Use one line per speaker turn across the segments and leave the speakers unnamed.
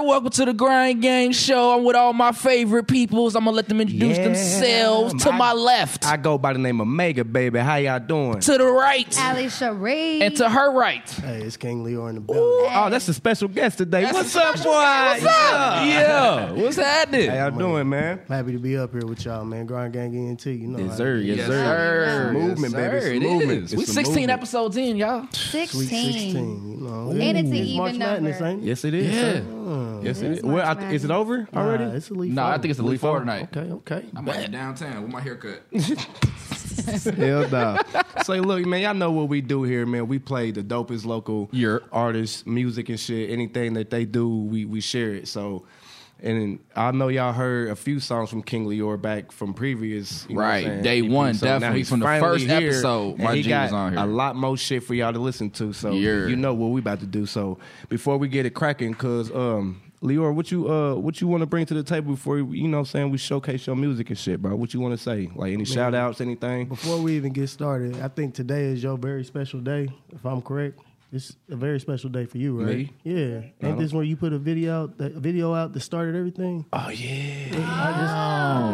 welcome to the Grind Gang Show. I'm with all my favorite peoples. I'm gonna let them introduce
Yeah,
themselves to
I-
my left,
I go by the name of Mega Baby. How y'all doing?
to the right,
Ali Cherie.
and to her right.
Hey, it's King Leo in the
Ooh,
building.
Oh, that's a special guest today. What's up, boy? What's
Yeah, what's happening?
How y'all doing, man?
I'm happy to be up here with y'all, man. Grind Gang ENT, you know. how it
yes,
sir.
Movement, baby. It's a
It
movement.
is.
It's
We
a
16
movement.
episodes in, y'all.
16.
is. Sweet 16, you know.
And it's an
Ooh, March
even
Madness,
number.
ain't it?
Yes, it is. sir. Yes, it is. Well, I th- is it over
Nah,
already?
it's a leaf.
No, I think it's a leaf forward night.
Okay, okay.
I'm out here downtown with my haircut.
Hell no. so look, man, y'all know what we do here, man. We play the dopest local
Yeah.
artists, music and shit. Anything that they do, we we share it. So and I know y'all heard a few songs from King Leor back from previous, you know what I'm
Right.
saying,
Day
EP.
one,
So now
definitely
he's
from the
finally
first
here,
episode,
and
my
he
G
got
was on here.
A lot more shit for y'all to listen to. So
Yeah.
you know what we about to do. So before we get it cracking, cause um. Leor, what you uh what you want to bring to the table before we- you know what I'm saying we showcase your music and shit, bro? What you want to say? Like any shout outs, anything?
Before we even get started, I think today is your very special day, if I'm correct. It's a very special day for you, right?
Me?
Yeah. Ain't this where you put a video out, that video out that started everything?
Oh yeah.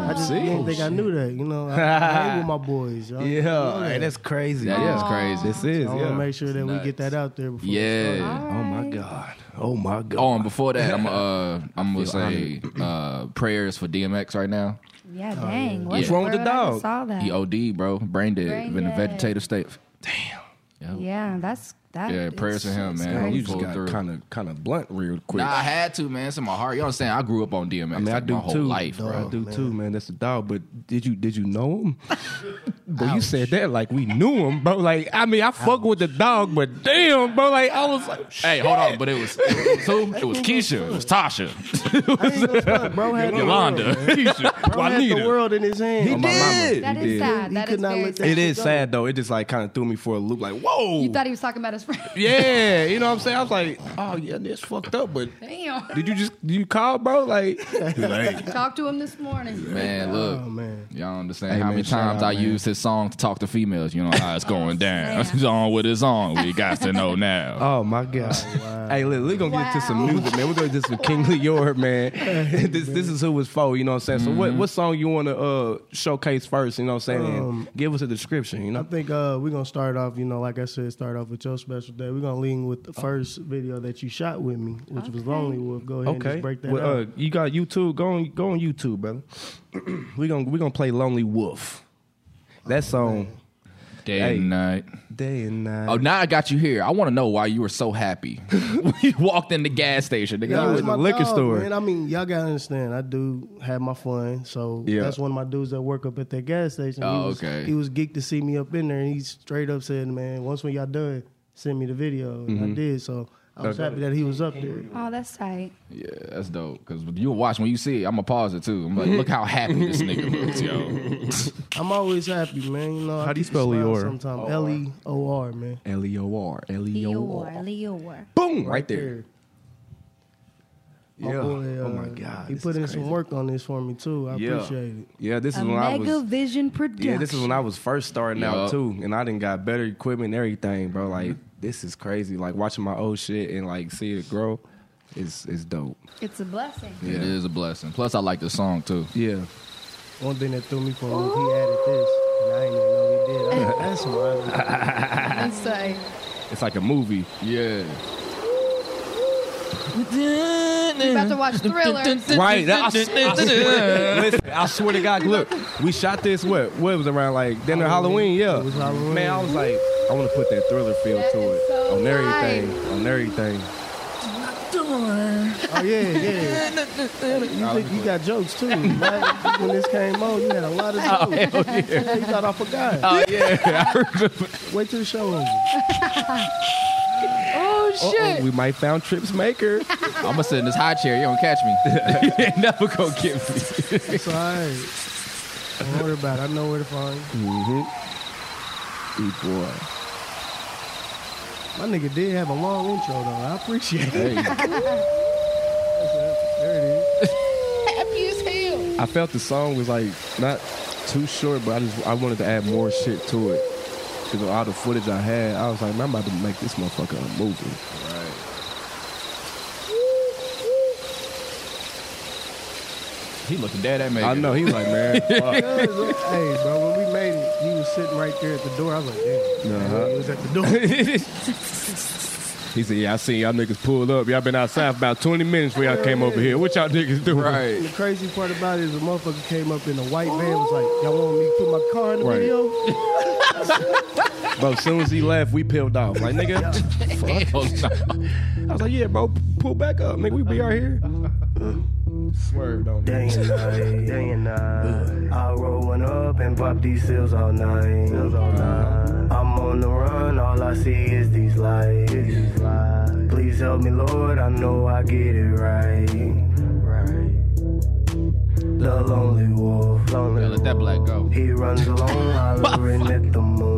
I just didn't think I knew that. You know, I, I hang with my boys. Y'all.
Yeah,
You know
hey,
that.
that's crazy.
That is crazy.
This is.
I want to
yeah.
make sure that we get that out there before. we start.
Yeah.
Oh my god. Oh my god.
Oh, and before that, I'm uh, I'm gonna say uh, prayers for DMX right now.
Yeah,
Oh,
dang.
What's
wrong with the dog?
saw that.
He OD, bro, brain dead,
Brain
in a
dead.
vegetative state.
yeah, that's that.
Yeah,
is-
prayers to him, man.
Man, you just
Pulled
got
through.
kind of kind of blunt real quick.
Nah, I had to, man. It's in my heart. You understand? I grew up on DMX.
I mean, I
like,
do
my whole
too.
life, bro.
I do too, man. That's the dog. But did you did you know him? but you said that like we knew him, bro. Like I mean, I fuck with the dog, but damn, bro. Like I was like,
Hey, hold on, but it was, it was who? It was Keisha. It was Tasha.
I ain't gonna front, bro. Had the
Yolanda.
world.
Keisha.
Bro had the
Juanita.
world in his hand.
Oh, my mama.
That
He
is
did.
sad. That
could
is
not
very
let that-
sad.
It is sad though. It just like kind of threw me for a loop. Like whoa.
You thought he was talking about his friend.
yeah, you know what I'm saying? I was like, oh yeah, that's fucked up. But
Damn.
did you just did you call, bro? Like, like
Talked to him this morning.
Man,
Oh
look.
man.
Y'all understand
Hey,
how
man,
many
shout
times
out,
I
man.
used his song to talk to females. You know how it's going down.
snap.
It's on with his on. We got to know now.
Oh my god! Hey, look, we're gonna get into some
Wow.
music, man. We're gonna get some King Leor, man. Mm-hmm. this this is who it's for, you know what I'm saying. So, what what song you want to uh, showcase first? You know what I'm saying.
Um,
Give us a description, you
I
know.
think uh, we're gonna start off, you know, like I said, start off with your special day. We're gonna lean with the first video that you shot with me, which was Lonely Wolf. Go ahead and
Okay,
just break that
well, uh,
out.
you got YouTube. Go on, go on YouTube, brother. we gonna we gonna play Lonely Wolf. That song,
Day
Hey.
and night.
day and night.
Oh, now I got you here. I want to know why you were so happy when you walked in the gas station. Nigga,
Yeah,
You
I was-
was-
That's
at the
my
liquor
dog,
store.
Man. I mean, y'all gotta understand. I do have my fun, so
Yeah.
that's one of my dudes that work up at that gas station.
Oh,
he was,
okay.
He was geeked to see me up in there, and he straight up said, "Man, once when y'all done, send me the video." And
Mm-hmm.
I did, so I was happy that he was up there.
Oh, that's tight.
yeah, that's dope. Because you watch when you see it, I'm gonna pause it too. I'm like, look how happy this nigga looks, yo.
I'm always happy, man. You know, I
How do you
keep a
spell
smile
Leora?
Sometimes L E O R, man.
L E O R L E O
Leor,
R.
Leor.
Boom! Right there.
My
Yeah.
boy,
Oh
uh,
my God,
He
this
put
is
in
crazy.
some work on this for me too. I appreciate it.
Yeah, this is
A
when I
mega
was.
vision production.
Yeah, this is when I was first starting out
Yup.
too, and I didn't got better equipment and everything, bro. Like this is crazy. Like watching my old shit and like see it grow, is is dope.
It's a blessing.
It is a blessing. Plus, I like the song too.
Yeah,
One thing that threw me for a loop, he added this, and I didn't even know he did. I'm like, That's why.
That's tight.
it's like a movie.
Yeah,
You about to watch Thriller.
Right. I, s- I swear, listen, I swear to God, look, we shot this what? What was around like then or Halloween? Yeah.
It was Halloween.
Man, I was like, I want to put that thriller feel
That
to
is
it
so
on everything, on everything.
Oh yeah, yeah. You, think you got jokes too. Right? When this came on, you had a lot of
Oh,
jokes. You thought I forgot. Oh yeah, I remember. Wait till the show over.
Oh
Uh-oh,
shit.
we might found Trips Maker.
I'm gonna sit in this high chair. You don't catch me. you ain't never gonna get me.
It's all right. Don't worry about it. I know where to find. you.
Mm-hmm. Good boy.
My nigga did have a long intro though. I appreciate it. There it is.
Happy as hell.
I felt the song was like not too short, but I just I wanted to add more shit to it because of all the footage I had. I was like, man, I'm about to make this motherfucker a movie.
He looking dead at me.
I know. He's like, man, fuck.
Hey, bro, when we made it, you was sitting right there at the door. I was like, damn.
Uh-huh.
He was at the door.
he said, yeah, I seen y'all niggas pull up. Y'all been outside for about 20 minutes before y'all came over here. What y'all niggas doing?
Right.
The crazy part about it is a motherfucker came up in a white van was like, y'all want me to put my car in the
Right.
video?
Bro, as soon as he left, we peeled off. Like, nigga, I was like, yeah, bro, pull back up. Nigga, we be out here. Swerved on
Day
it.
and night, day and night. I roll one up and pop these seals all night. I'm on the run, all I see is these lights. Please help me, Lord, I know I get it right. The lonely wolf,
Yeah,
lonely
let that black go.
He runs alone, hollering at the moon.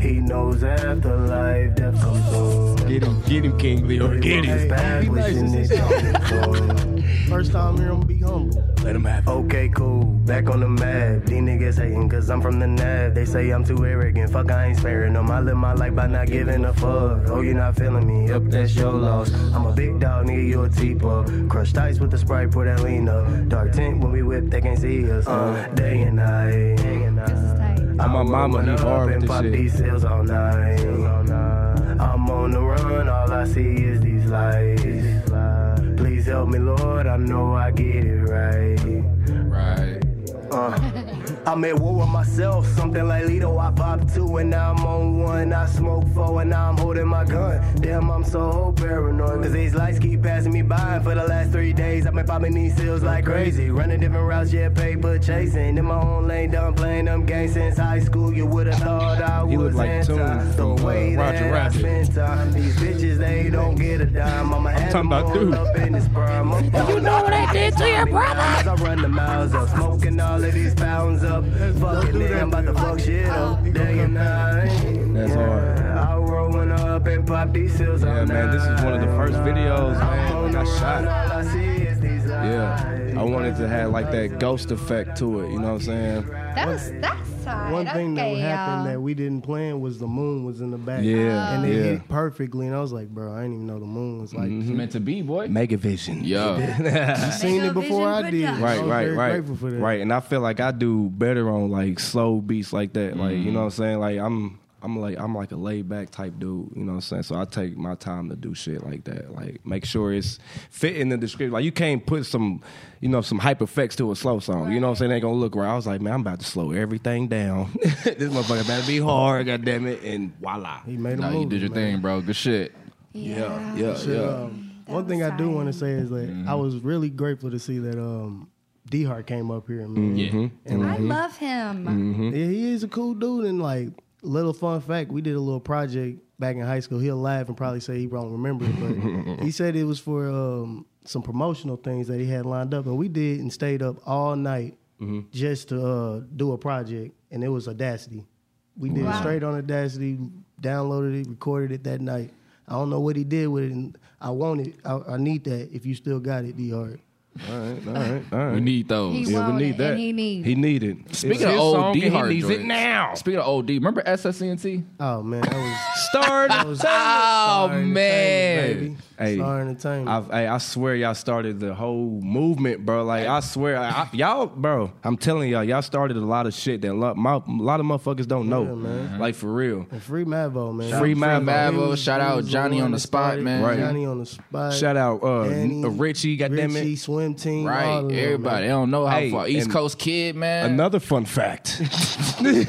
He knows afterlife death comes soon.
Get him, get him, King Leo. Get
He runs
him.
back,
Be nice
wishing
and
it come true.
First time here, I'm gonna be humble.
Let him have it.
Okay, cool. Back on the map. These niggas hating cause I'm from the nav. They say I'm too arrogant. Fuck, I ain't sparing them. I live my life by not giving a fuck. Oh, you not feeling me? Up, that's your loss. I'm a big dog, nigga, you a T-pup. Crushed ice with the Sprite, pour that lean up. Dark tint when we whip, they can't see us. Uh, day and night. Day and night.
This is tight.
I'm my mama, he
Rolling up
hard
and
with
pop
this shit.
these seals all night. I'm on the run, all I see is these lights. Please help me, Lord, I know I get it right.
Right.
I'm at war with myself, something like Lito. I pop two and now I'm on one. I smoke four and now I'm holding my gun. Damn, I'm so paranoid. Cause these lights keep passing me by. And for the last three days, I've been popping these seals like crazy. Running different routes, yeah, paper chasing. In my own lane, done playing them games since high school. You would've thought I
He look
was
like
anti.
Toon
The
from, uh,
way
Roger
that I
Rabbit.
spend time. These bitches, they don't get a dime. I'm, a
talking about
animal
dude.
up in this prime. I'm
You know what I did to your brother?
I run the miles up, smoking all of these pounds up. Fucking it, I'm about to fuck shit up. Day and night.
That's hard.
I roll one up and pop these seals
Yeah,
all
man, this is one of the first videos,
night.
man, that I
All
shot.
I see is these
Yeah. I
lights.
wanted to have like that ghost effect to it, you know what I'm saying?
That was that's tight.
One thing
okay,
that happened that
y'all.
we didn't plan was the moon was in the back.
Yeah,
And it
yeah. Mm-hmm.
hit perfectly. And I was like, bro, I didn't even know the moon was like.
It's meant to be, boy.
Megavision.
Yeah.
You seen it before I did.
Right,
I
Right,
was
right,
very
right,
grateful for that.
right, and I feel like I do better on like slow beats like that. Like you know what I'm saying? Like I'm, I'm like I'm like a laid back type dude. You know what I'm saying? So I take my time to do shit like that. Like make sure it's fit in the description. Like you can't put some, you know, some hype effects to a slow song. You know what I'm saying? They ain't gonna look right. I was like, man, I'm about to slow everything down. this motherfucker better be hard, god damn it, and voila.
He made a
Nah,
movie.
you did your
man.
thing, bro. Good shit.
Yeah, yeah,
Shit,
yeah.
um,
That
one
was
thing I do
tight.
want to say is that I was really grateful to see that um, D Hart came up here. Man.
Yeah.
And
I love him.
Yeah, he is a cool dude. And like, little fun fact, we did a little project back in high school. He'll laugh and probably say he won't remember it, but he said it was for um, some promotional things that he had lined up, and we did and stayed up all night just to uh, do a project, and it was Audacity. We did it
Wow.
straight on Audacity, downloaded it, recorded it that night. I don't know what he did with it, and I want it. I, I need that. If you still got it, D Hard.
All right, all right, all right.
We need those.
He
yeah, we
want it,
need
and
that.
he need
He
it.
need it. It's
Speaking of
his
old
song,
D
and
hard
he needs
joints.
it now.
Speaking of old D, remember SSCNT?
Oh man, that was
Start
Oh
Star Entertainment,
man.
baby.
Hey,
Star Entertainment.
I've, hey, I swear y'all started the whole movement, bro. Like I swear, I, I- y'all, bro. I'm telling y'all, y'all started a lot of shit that a lot, my, a lot of motherfuckers don't know. Like for real.
And free Mavo, man.
Free Mavo.
He
Mavo.
was-
Shout
he
out
was
Johnny
one
on the
that
spot,
started
man.
Right.
Johnny on the spot.
Shout out uh,
Danny,
uh, Richie, goddamn
Richie,
it.
swim team, all
Right.
of them,
Everybody. They
man.
don't know how
Hey,
far. East
and-
Coast kid, man.
Another fun fact.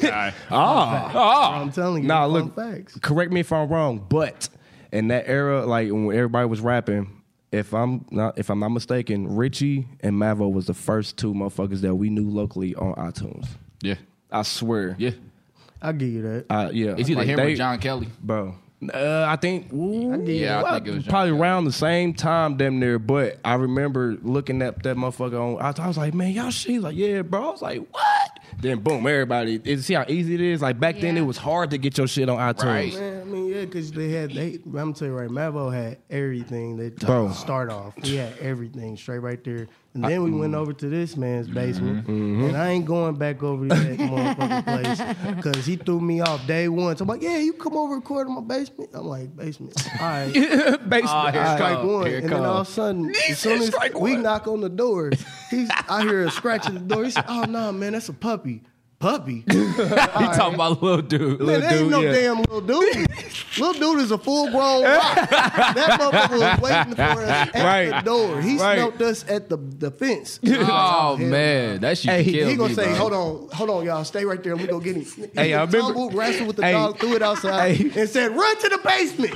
ah, ah.
I'm telling you,
Nah,
fun
look.
facts.
Correct me if I'm wrong, but in that era, like when everybody was rapping, if I'm not if I'm not mistaken, Richie and Mavo was the first two motherfuckers that we knew locally on iTunes.
Yeah.
I swear.
Yeah.
I'll give you that.
Uh, yeah.
It's either
Like,
him
they-
or John Kelly.
Bro. Uh, I think. ooh,
Yeah, I
well,
think it was John
probably
Kelly.
around the same time, damn near. But I remember looking at that motherfucker on. I, I was like, man, y'all shit. He's Like, yeah, bro. I was like, what? Then boom, everybody. It, see how easy it is. Like back then,
Yeah.
it was hard to get your shit on iTunes.
Right.
Man, I mean, yeah, Yeah, because they had. They, I'm gonna tell you right, Mavo had everything that
Bro.
start off. We had everything straight right there, and then we went over to this man's basement, and I ain't going back over to that motherfucking place because he threw me off day one. So I'm like, yeah, you come over and record in my basement. I'm like, basement. All right,
Ah, here it
strike
come,
one,
here it
and then
come.
all of a sudden, as soon as we knock on the door, he's I hear a scratch at the door. He said, "Oh no, man, that's a puppy." Puppy,
You talking about little dude?
Man, that ain't
dude,
no
yeah.
damn little dude. little dude is a full grown rock. That motherfucker was waiting for us at the
Right.
door. He
Right.
smelt us at the, the fence.
Oh man, that shit
Hey, he,
killed
he gonna
me,
say,
bro.
"Hold on, hold on, y'all, stay right there. We gonna get him."
Hey, I remember-
Tumbled, wrestled with the
Hey.
dog, threw it outside,
Hey.
and said, "Run to the basement."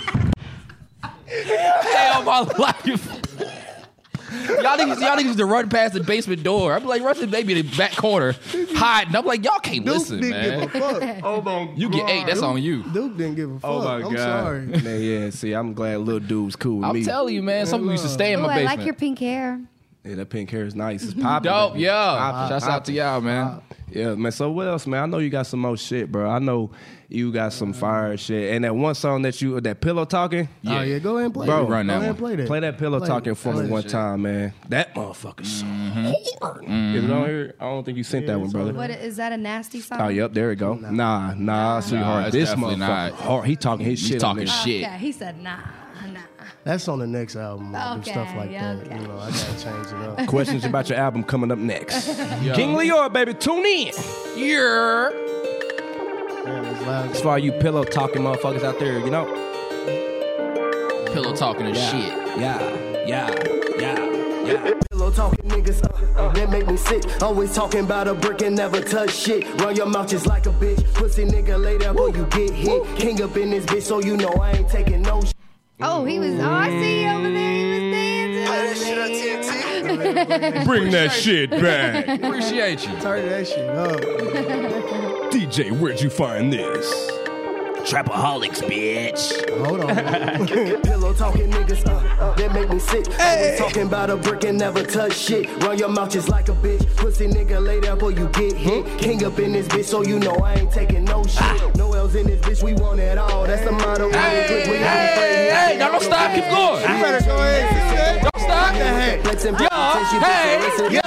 Hell, my life. y'all niggas, y'all niggas to run past the basement door. I'm like, Russian baby in the back corner, hiding. I'm like, y'all can't
Duke
listen,
didn't
man.
give a fuck.
Oh my
You get eight. That's on you.
Duke didn't give a fuck.
Oh my
I'm
god.
sorry.
Man, yeah. See, I'm glad little dude's cool with
I'm
me.
telling you, man. Some people used to stay in
Ooh,
my
I
basement. Oh,
like your pink hair.
Yeah, that pink hair is nice. It's popping.
Dope,
baby.
yeah.
Popping,
Shouts out to
popping.
y'all, man.
Yeah, man. So what else, man? I know you got some more shit, bro. I know you got some fire shit. And that one song that you that pillow talking.
Yeah. Oh yeah, go ahead and play.
Bro,
that.
run
go
that
ahead and
one.
play that.
Play that pillow
Play
talking
it.
for
Play
me
it.
one time, man. That motherfucker's so hard.
Mm-hmm.
Is it on here? I don't think you sent that one, brother.
What is that? A nasty song?
Oh, yep, there we go. Nah, nah, sweetheart.
it's
this
definitely
motherfucker
not.
hard. He talking his shit. on
talking
this.
shit.
Yeah, he said nah, nah.
That's on the next album. I'll do stuff
Okay,
like that.
okay.
You know, I gotta change it up.
Questions about your album coming up next. King Leor, baby, tune in. Yeah.
Man, it's loud.
As far you pillow talking motherfuckers out there, you know?
pillow talking and shit.
Yeah, yeah, yeah, yeah.
Pillow talking niggas, uh, uh, that make me sick. Always talking about a brick and never touch shit. Run your mouth just like a bitch. Pussy nigga later, boy, you get hit. King up in this bitch, so you know I ain't taking no shit.
Oh, he was. Oh, I see you over there. He was dancing.
Bring that shit back.
Appreciate you.
Turn that shit up.
DJ, where'd you find this? Trapaholics, bitch.
Hold on.
Pillow talking niggas, uh, uh, that make me sick. Always talking about a brick and never touch shit. Run your mouth just like a bitch. Pussy nigga later, boy, you get hit. King up in this bitch, so you know I ain't taking no shit. No L's in this bitch, we want it all. That's the motto. we ain't click, we ain't afraid, nigga.
Hey, y'all don't stop. Keep going.
You better go ahead.
Don't stop.
Flexing
Y'all, hey,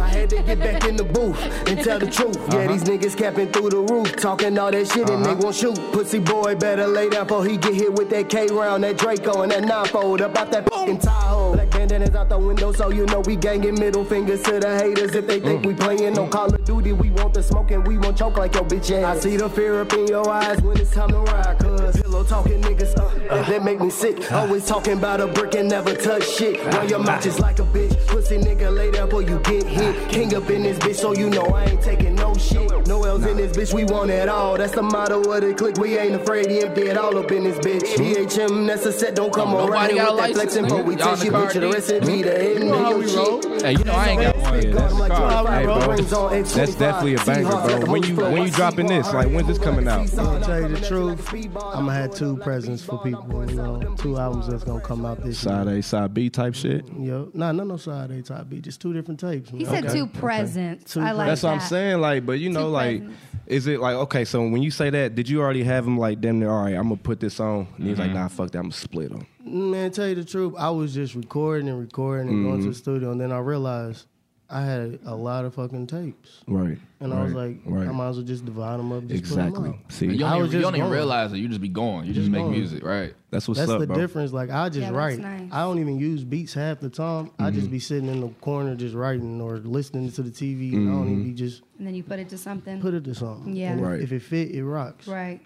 I had to get back in the booth and tell the truth. Yeah, these niggas capping through the roof, talking all that shit and they won't shoot. Pussy boy better lay down before he get hit with that K round, that Draco and that nine-fold about that fucking Tahoe. Black bandanas out the window, so you know we gangin' middle fingers to the haters if they think we playin' no Call of Duty. We want the smoke and we won't choke like your bitch ass. I see the fear up in your eyes when it's time to ride, cuz pillow talking niggas, uh, uh, that make me sick. Always talking about a brick and never touch shit. Run your mouth just like a bitch. Pussy nigga later, boy, you get hit. King up in this bitch, so you know I ain't taking no shit. No L's in this bitch, we want it all. That's the motto of the clique. We ain't afraid. He empty it all up in this bitch. DHM, that's a set. Don't come
Don't
around
Hmm? nobody
here
got a
with that
license,
flexing,
nigga.
but we
Y'all
test
in
you
the
with
car, Hmm?
the
nigga.
recipe to end
know how
in
we
your
roll.
shit.
Hey, you know I ain't got one.
Yeah, that's
Like
the car.
25
Hey,
rings
bro.
on X25.
That's definitely a banger, bro. When you when you dropping this? Like when's this coming out?
I'm gonna tell you the truth. I'm gonna have two presents for people. You know, two albums that's gonna come out this year.
Side A, side B type shit.
Yo, nah, no, no side A, type B. Just two different tapes.
He
man.
said two presents.
Two
I like
That's
that.
what I'm saying. Like, but you know,
Two
like,
presents.
is it like okay? So when you say that, did you already have him like damn near? All right, I'm gonna put this on. And he's
Mm-hmm.
like, Nah, fuck that. I'm gonna split them.
Man, tell you the truth, I was just recording and recording and going
Mm-hmm.
to the studio, and then I realized I had a lot of fucking tapes,
Right.
and I was like, I might as well just divide them up. Just Put them
exactly.
out.
See,
You
I
don't,
was
even, you
just
don't even
going.
realize it. You just be going. You just make music, right?
that's what's
That's
up,
the
bro.
difference. Like I just
Yeah, that's
write.
nice.
I don't even use beats half the time. I
Mm-hmm.
just be sitting in the corner just writing or listening to the TV. And I don't even be just
And then you put it to something.
put it to something.
Yeah.
And if-
Mm-hmm. Right.
If it fit, it rocks.
right.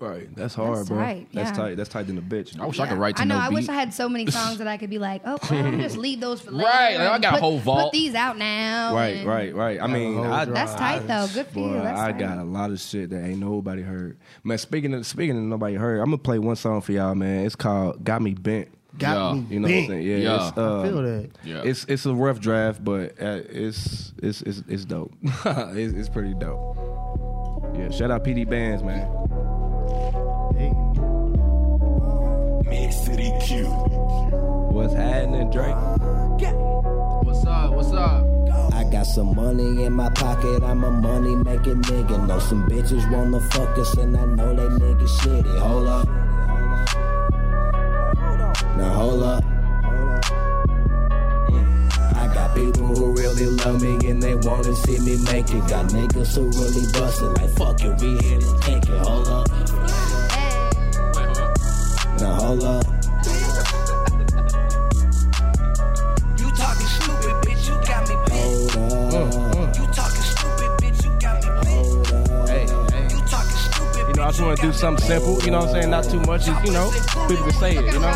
Right. That's hard,
That's
bro.
tight,
That's
yeah.
tight. That's tight than a bitch.
Oh,
I wish I could write to
I know.
no
I
beat.
wish I had so many songs that I could be like, oh, why don't we just leave those for later.
Right, like, I
and
got a
put-
whole vault.
Put these out now.
Right,
and-
right, right. I mean,
whole
I,
drive.
That's tight though. Good for
Boy,
you. That's
I
tight.
got a lot of shit that ain't nobody heard. Man, speaking of speaking of nobody heard, I'm gonna play one song for y'all, man. It's called "Got Me Bent."
Got
Yeah.
me.
You know
bent.
what I'm saying? Yeah,
Yeah.
It's, uh,
I feel that.
Yeah.
It's it's a rough draft, but uh, it's it's it's it's dope. it's, it's pretty dope. Yeah, shout out PD Bands, man.
Hey,
Mid City Q.
What's happening, Drake?
What's up? What's up?
I Got some money in my pocket, I'm a money making nigga. Know some bitches wanna fuck us, and I know they nigga shitty. Hold up. Now hold up. I got people who really love me and they wanna see me make it. Got niggas who really bustin' like fuck it, we here to take it. Hold up. Now hold up.
You talking stupid, bitch. You got me pissed. You talking stupid, bitch. You got me pissed.
Hey, hey.
You talking stupid, bitch.
You know, I just want to do something simple. You know what I'm saying? Not too much. You know, people can say it. You know.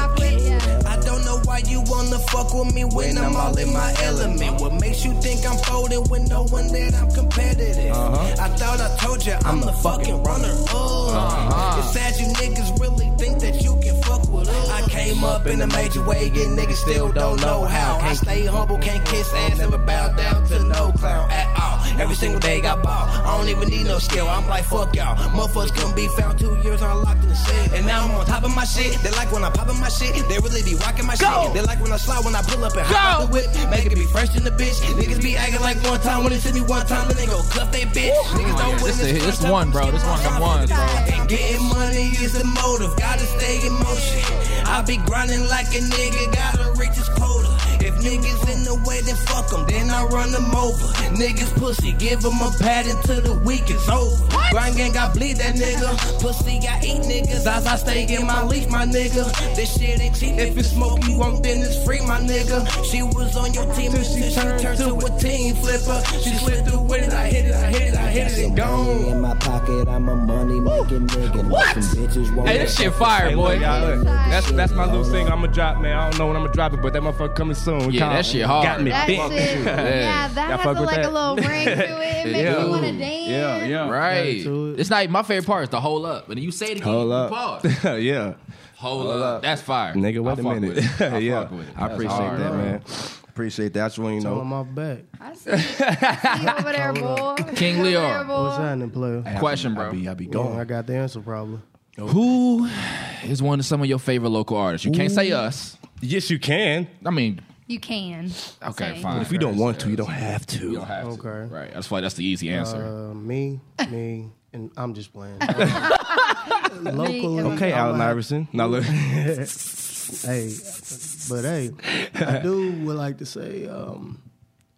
I don't know why you wanna fuck with me when, I'm all in my element. What makes you think I'm folding when no one that I'm competitive?
Uh-huh.
I thought I told you I'm, the fucking runner. up.
Uh-huh.
It's sad you niggas really think that you can fuck with us. I came up in a major way and niggas still don't know how. I stay humble, can't kiss ass, never bow down to no clown at all. Every single day got ball. I don't even need no skill. I'm like fuck y'all. Motherfuckers couldn't be found two years unlocked in the cell. And now I'm on top of my shit. They like when I pop in my shit. They really be rocking my shit. They like when I slide when I pull up and hop out the whip. Make it be fresh in the bitch. Niggas be acting like one time when they see me one time, then they go cuff they bitch. Niggas don't win
This, is- this one, bro. This one, come one, bro.
and getting money is the motive, gotta stay in motion. I be grinding like a nigga, gotta reach his quota. If niggas in the way, then fuck 'em, then I run them over. Niggas pussy, give 'em a pad until the week is over. Grind gang, I bleed that nigga. Pussy, I eat niggas, as I stay in my leash, my nigga. This shit ain't cheap, if you smoke, you won't, then it's free, my nigga. She was on your team, and she, turned, to a team flipper. She slipped through with it, I hit it, I hit it, I hit it, and gone.
Money in my pocket, I'm a money making nigga. Know some bitches wanna
Hey, this shit
fuck us,
fire,
Hey,
boy.
look,
Yeah,
y'all, look. That's that's my little single. I'ma drop, man. I don't know when I'ma drop it, but that motherfucker coming soon. Kyle,
that shit hard.
Got me
That's
big.
it. Yeah, that
Y'all fuck
has a,
with
like
that?
a little ring to it. It makes
Yeah.
you want to
Ooh.
dance.
Yeah, yeah.
Right.
to it.
It's not my favorite part. It's the whole up. And you say it again.
Hold
you
up.
Pause.
yeah.
Hold, up. That's fire.
Nigga, wait
I
a
fuck
minute.
with it. I fuck
yeah.
with it.
I
That's
appreciate
hard,
that,
bro.
man. Appreciate that. I just want you to
Tell him
know.
off back.
I see, I see you over there, boy.
King
You over
Lear.
there, boy.
What's happening, player?
Question,
I
bro.
be, I be
Yeah, I
gone.
got the answer probably.
Who is one of some of your favorite local artists? You can't say us.
Yes, you can.
I mean,
You can.
okay,
Say.
fine.
If you don't want to, you don't have to.
You don't have to.
Okay.
Right. That's why that's the easy answer.
Uh, me, me, and I'm just playing.
Me
Local.
and
Okay, Allen
I-
Iverson. Now look.
Hey, but hey, I do would like to say um,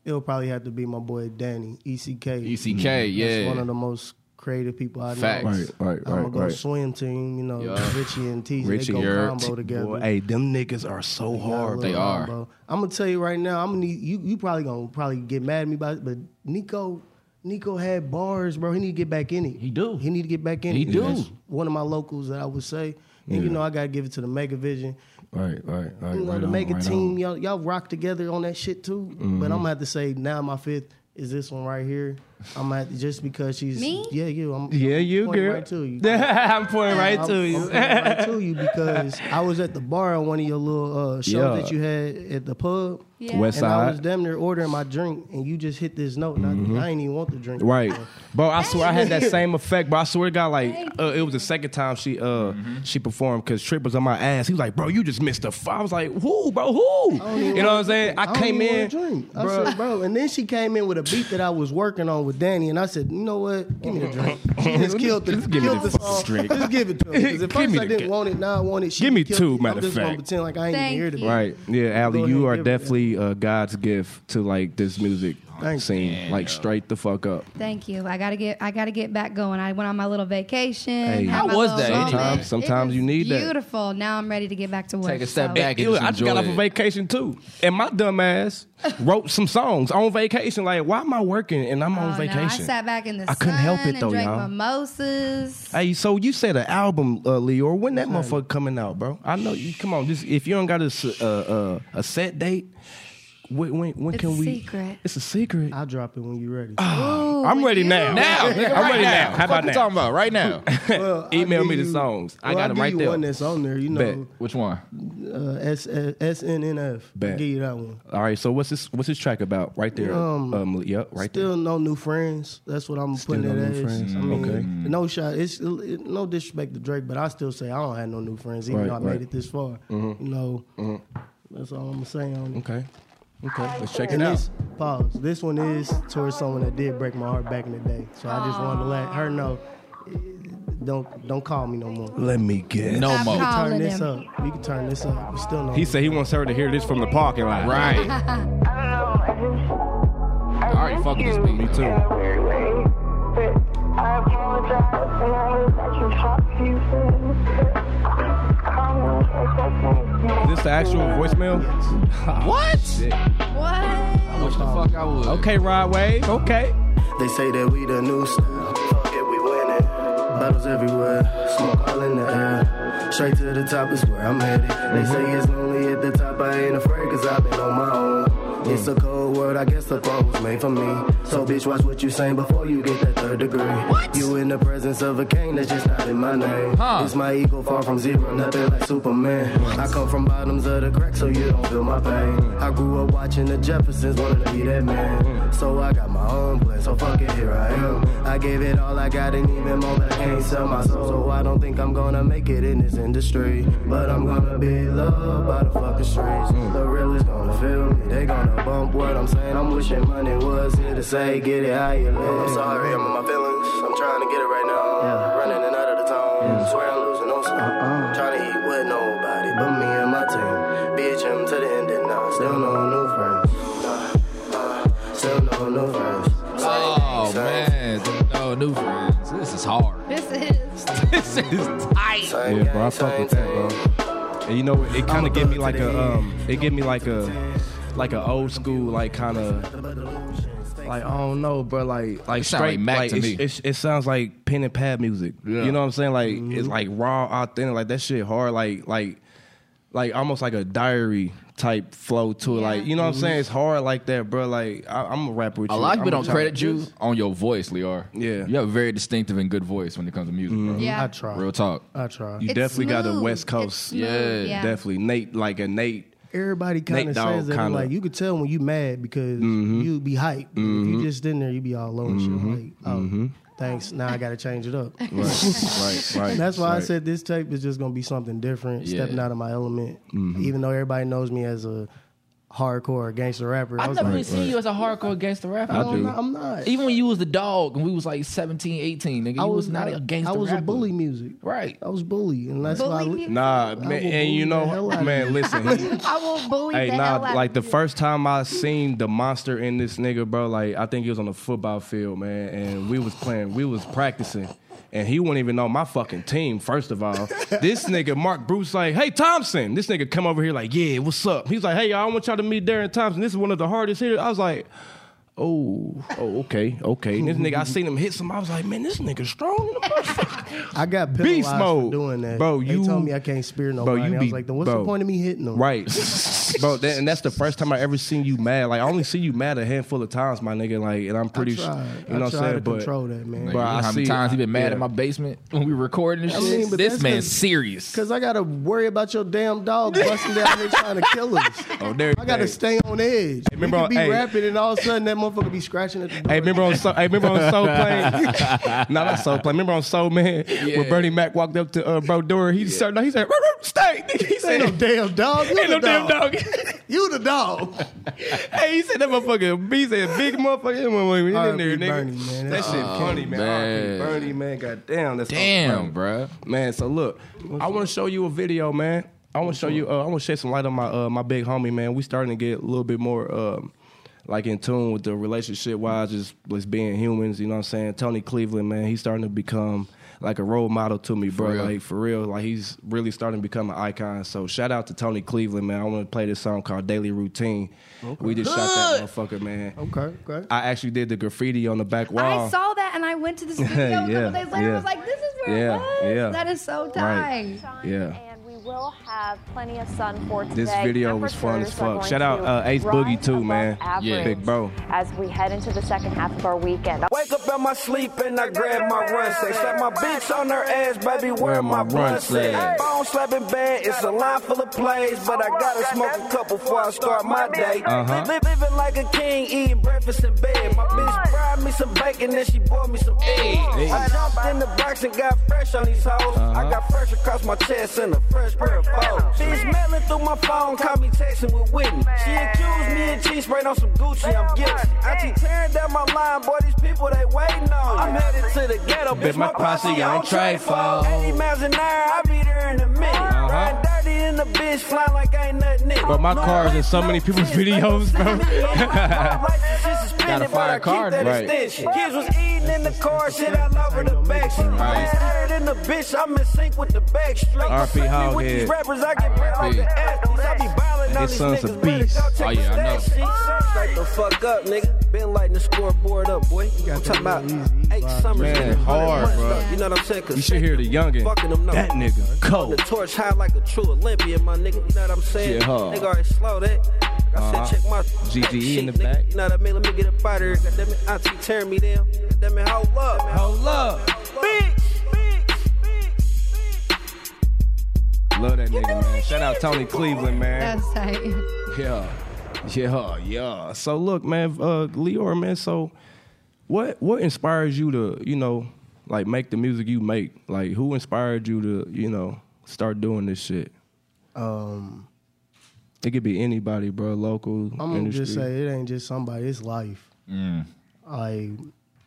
it'll probably have to be my boy Danny ECK.
ECK,
That's one
E yeah.
of the most creative people I know.
Facts. Right,
right,
I'm gonna
right,
go
right.
swim team. You know,
Yeah.
Richie and T.
Richie,
they
you're-
go combo together.
Boy, hey, them niggas are so hard.
They are.
I'm gonna tell you right now. I'm gonna need you. You probably gonna probably get mad at me about it, but Nico, Nico had bars, bro. He need to get back in it. He
do.
He need to get back in
He
it.
do.
That's one of my locals that I would say, and you know I gotta give it to the Mega Vision.
Right, right, right. Mm-hmm.
You know the Mega Team, y'all y'all rock together on that shit too. But I'm gonna have to say now my fifth is this one right here. I'm gonna have to, just because she's
Me?
Yeah, you. I'm,
Yeah,
I'm
you,
pointing
girl.
Right to you.
I'm pointing right
I'm-
to
I'm
you.
pointing right to you because I was at the bar on one of your little uh, shows
Yeah.
that you had at the pub.
Yeah.
West
And I
Side.
was damn near ordering my drink, and you just hit this note, and I, I didn't even want the drink.
Mm-hmm. Right, bro. I swear I had that same effect, bro. I swear to God, like uh, it was the second time she uh she performed because Trip was on my ass. He was like, "Bro, you just missed the." F-. I was like, "Who, bro? Who?" You know
even
what I'm saying?
Oh,
I,
I don't
came
even
in,
want a drink. I
bro.
said, bro. And then she came in with a beat that I was working on with Danny, and I said, you know what? Give me the drink. She just killed the,
give me
killed
the
the
fucking
song.
drink.
Just give it to me. Because at
Give
first
me
I
the
didn't
g-
want it. Now I want it. She
Give me
killed
two,
it.
matter
I'm just
of
gonna
fact.
pretend like I ain't
Thank
even here today.
you.
Right, yeah,
Go
Allie,
ahead
you
and
are
give it to
definitely uh, God's gift to like this music
Thank
scene, like straight the fuck up.
Thank you. I gotta get. I gotta get back going. I went on my little vacation.
Hey,
had
How
my
was
little
that?
moment.
Sometimes-
It
sometimes
was
you need that.
Beautiful. Now I'm ready to get back to work.
Take a step
so-
back and
Ew,
just
I just got off
enjoy
a
it.
vacation too, and my dumb ass wrote some songs on vacation. Like, why am I working and I'm
Oh,
on
no,
vacation?
I sat back in the
I
sun
couldn't help it
and
though,
drank
y'all.
mimosas.
Hey, so you said an album, uh, Leor. When that motherfucker coming out, bro? I know you. Come on, just if you don't got a s- uh, uh, a set date, when when, when
It's
can
a
we?
secret.
It's a secret.
I'll drop it when you're ready.
Ooh,
I'm
with
ready
you.
now.
Now, nigga,
I'm
right
ready now.
now.
How about
what you
now?
talking about right now?
Well, I'll
Email
give
me the
you-
songs. I
well,
got
I'll
them
give
right
you
there.
One that's on there, you
Bet.
know,
Which one?
uh, S- uh, SNNF.
Bet.
Give you that one.
All right. So what's this? What's this track about? Right there. Um.
Um,
yep. Right
Still no new friends. That's what I'm putting
no
it
new
as.
friends.
I mean,
Okay.
no shot. It's it- no disrespect to Drake, but I still say I don't have no new friends, even
Right, Mm-hmm.
though I
right.
made it this far. You know, that's all I'm saying. On it.
there. Okay. Okay, let's check it
And
out.
this pause. This one is towards someone that did break my heart back in the day. So I just wanted to let her know. eh, Don't don't call me no more.
Let me guess.
No
Stop
mo.
Turn
calling
this
him.
up. We can turn this up. We still know.
He said he wants her to hear this from the parking lot.
Right.
I don't know. I just. I
All right,
miss
fuck with
you
this beat. Me
too.
In a weird way, but I apologize, and I wish I can talk to you soon. But Carlos, I just
Is this the actual voicemail?
What?
What?
I wish the fuck I would.
Okay, Rod Wave. Okay.
They say that we the new style. Fuck it, we winning. Bottles everywhere, smoke all in the air. Straight to the top is where I'm headed. They say it's lonely at the top, I ain't afraid cause I've been on my own. It's a cold world, I guess the fall was made for me. So bitch, watch what you saying before you get that third degree. You in the presence of a king that's just not in my name.
Huh.
It's my ego far from zero, nothing like Superman. I come from bottoms of the crack, so you don't feel my pain. I grew up watching the Jeffersons, wanted to be that man. So I got my own plan, so fuck it, here I am. I gave it all I got and even more, but I can't sell my soul. So I don't think I'm gonna make it in this industry. But I'm gonna be loved by the fucking streets. The real is gonna feel me, they gonna bump what I'm saying. I'm wishing money was here to say, get it how you live. I'm sorry, I'm in my feelings. I'm trying to get it right now. Running and out of the town. Swear I'm losing no sleep. Trying to eat with nobody but me and my team. BHM to the end and now. Still no new friends. Nah, nah, Still no new friends.
Oh
Same,
man, no new friends. This is hard.
This
Mm,
is.
This is tight.
same, same
Yeah, bro, I
gang,
fuck
same
with that,
team.
bro. And you know, it kind
I'ma
of give me
thug
like
to the
a, um, it give me like a, like a old school, like kind of, like I don't know, bro, like like
sound like
straight,
Mac
like
to
it's,
me.
it's- it sounds like pen and pad music.
Yeah.
You know what I'm saying? Like it's like raw, authentic, like that shit hard, like like, like almost like a diary type flow to it.
Yeah.
Like you know what I'm saying? It's hard like that, bro. Like I, I'm a rapper with
A
you.
lot of
I'm
people
a
don't
try-
credit you on your voice, Lior.
Yeah. Mm-hmm.
You have a very distinctive and good voice when it comes to music, bro.
Yeah.
I try.
Real talk.
I try.
You
It's
definitely got a
smooth.
West
It's
Coast,
smooth,
Yeah,
yeah.
definitely Nate, like a Nate.
Everybody kind
Nate
of
Dogg
says that.
kinda. Mm-hmm.
Like you could tell when you mad because you be hype. If you just in there, you be all low and shit. Like, oh,
Mm-hmm.
thanks. Now I got to change it up.
Right, right, right.
That's why I
right.
said this tape is just gonna be something different,
Yeah.
stepping out of my element.
Mm-hmm.
Even though everybody knows me as a hardcore gangster rapper, I,
I've
was
never
like,
really seen you as a hardcore gangster rapper.
I
no, I'm
do.
not. I'm not.
Even when you was the dog and we was like 17, 18, nigga, you
I
was, not
I-
a gangster
I was
rapper.
a bully music.
Right.
I was bully, and that's why. I,
Bully
li-
me?
Nah,
will
man, and you
bully the
know,
hell out of
man, listen. he-
I will bully
hey,
the
nah,
hell out
like
of
the
you.
first time I seen the monster in this nigga, bro, like I think he was on the football field, man, and we was playing, we was practicing. And he wouldn't even know my fucking team, first of all. this nigga, Mark Bruce, like, hey, Thompson. This nigga come over here like, yeah, what's up? He's like, hey, y'all, I want y'all to meet Darren Thompson. This is one of the hardest hitters. I was like, oh, oh, okay, okay. And this nigga, I seen him hit some. I was like, man, this nigga strong in the motherfucker.
I got penalized
Beast mode.
for doing that.
Bro,
they
you-
told me I can't spear
Bro,
nobody.
you
I
be
was like, then what's
bro.
the point of me hitting them?
Right. Bro, that, and that's the first time I ever seen you mad. Like I only see you mad a handful of times, my nigga. Like, and I'm pretty sure
tried.
you know
I
what I'm
tried
saying.
to
but
control that, man.
Like,
Bro,
you know
I
how many
see- uh,
times he been mad
yeah.
in my basement when we recording and shit?
mean, but
this
that's
man's
'cause-
serious.
Cause I gotta worry about your damn dog busting down here trying to kill us.
Oh, there
I gotta
hey.
stay on edge.
remember-
we could be
hey.
rapping and all of a sudden that motherfucker be scratching at the door.
Hey, remember on Soul, hey, remember on Soul Plane? no, not Soul Plane. Remember on Soul Man
Yeah.
when Bernie Mac walked up to uh, Bro Dora. He started. No, he said, "Ruh, ruh, "Stay." nigga. He
Ain't
said,
no damn dog. You
"Ain't
the
no damn dog."
You the dog.
hey, he said that motherfucker. He said, "Big motherfucker." He in
R.I.P.
there, nigga.
Bernie, man.
That shit funny, man. man.
man.
Bernie, man. God damn, that's so funny.
Damn, bruh.
Man, so look, I want to show you a video, man. I want to show you. Uh, I want to shed some light on my uh, my big homie, man. We starting to get a little bit more um, like in tune with the relationship wise, just just being humans. You know what I'm saying? Tony Cleveland, man, he's starting to become like a role model to me, bro.
real.
Like for real, like he's really starting to become an icon. So shout out to Tony Cleveland, man. I want to play this song called Daily Routine. We just shot that motherfucker, man.
Okay, okay.
I actually did the graffiti on the back wall.
I saw that and I went to the studio a couple
Yeah,
days later.
yeah.
I was like, this is where
Yeah,
it was.
yeah.
That is so tight.
Right. Yeah.
And we will have plenty of sun for today.
This video was fun as
Temperatures are
fuck.
going
Shout out
to
uh, Ace
rise
Boogie too,
above
man.
average
Yeah.
Big bro.
As we head into the second half of our weekend.
Wake
Wake up in my sleep and I grab my run set. Slap my bitch on her ass, baby, where my blunts at? Phone slapping bad, it's a line full of plays, but I gotta smoke a couple before I start my day.
Uh-huh.
Live- Living like a king, eating breakfast in bed. My bitch fried me some bacon, then she bought me some eggs. I jumped in the box and got fresh on these hoes. I got fresh across my chest and a fresh pair of foes. She's mailing through my phone, caught me texting with Whitney. She accused me and cheese sprayed on some Gucci, I'm guilty. I keep tearing down my line, boy, these people, they waiting on you. I'm headed to the ghetto, bitch, my posse on trayfall. 80 miles an hour, I be there in a minute. Riding dirty in the bitch, flying like ain't nothing in it.
But my car is in so many people's videos, bro.
Gotta
fire a car,
right.
Kids was eating in the car, shit all over the backseat. Right. Better than the bitch, I'm in sync with the backstreet.
R.P.
Fuck me With
Hoghead.
these rappers, I get bread like the athletes. I be violent on
His
these
son's a
niggas, better
beast.
go check
Oh, yeah,
the
I know.
stat sheet. Straight the fuck up, nigga. Been lighting the scoreboard up, boy. I'm talking about eight summers.
Man,
nigga.
hard,
Months,
bro.
though. You know what I'm saying? 'Cause
You should hear the youngin.
Fucking them
That
numbers.
nigga
The
cold.
torch high like a true Olympian, my nigga. You know what I'm saying?
Shit hard.
Nigga, already slow that. I
Uh-huh.
said, check my
GGE in
sheet,
the
nigga.
back.
You know what I mean? Let me get up out of here. God damn it, auntie tearing me down. God damn it, hold up.
Hold up.
Bitch, bitch, bitch, bitch.
Love that nigga, man. Shout out Tony Cleveland, man.
That's tight.
Yeah, yeah, yeah. So look, man, uh, Leor, man. So, what what inspires you to you know like make the music you make? Like, who inspired you to you know start doing this shit?
Um,
It could be anybody, bro. Local
I'm gonna
industry. Mm.
just say it ain't just somebody. It's life. Like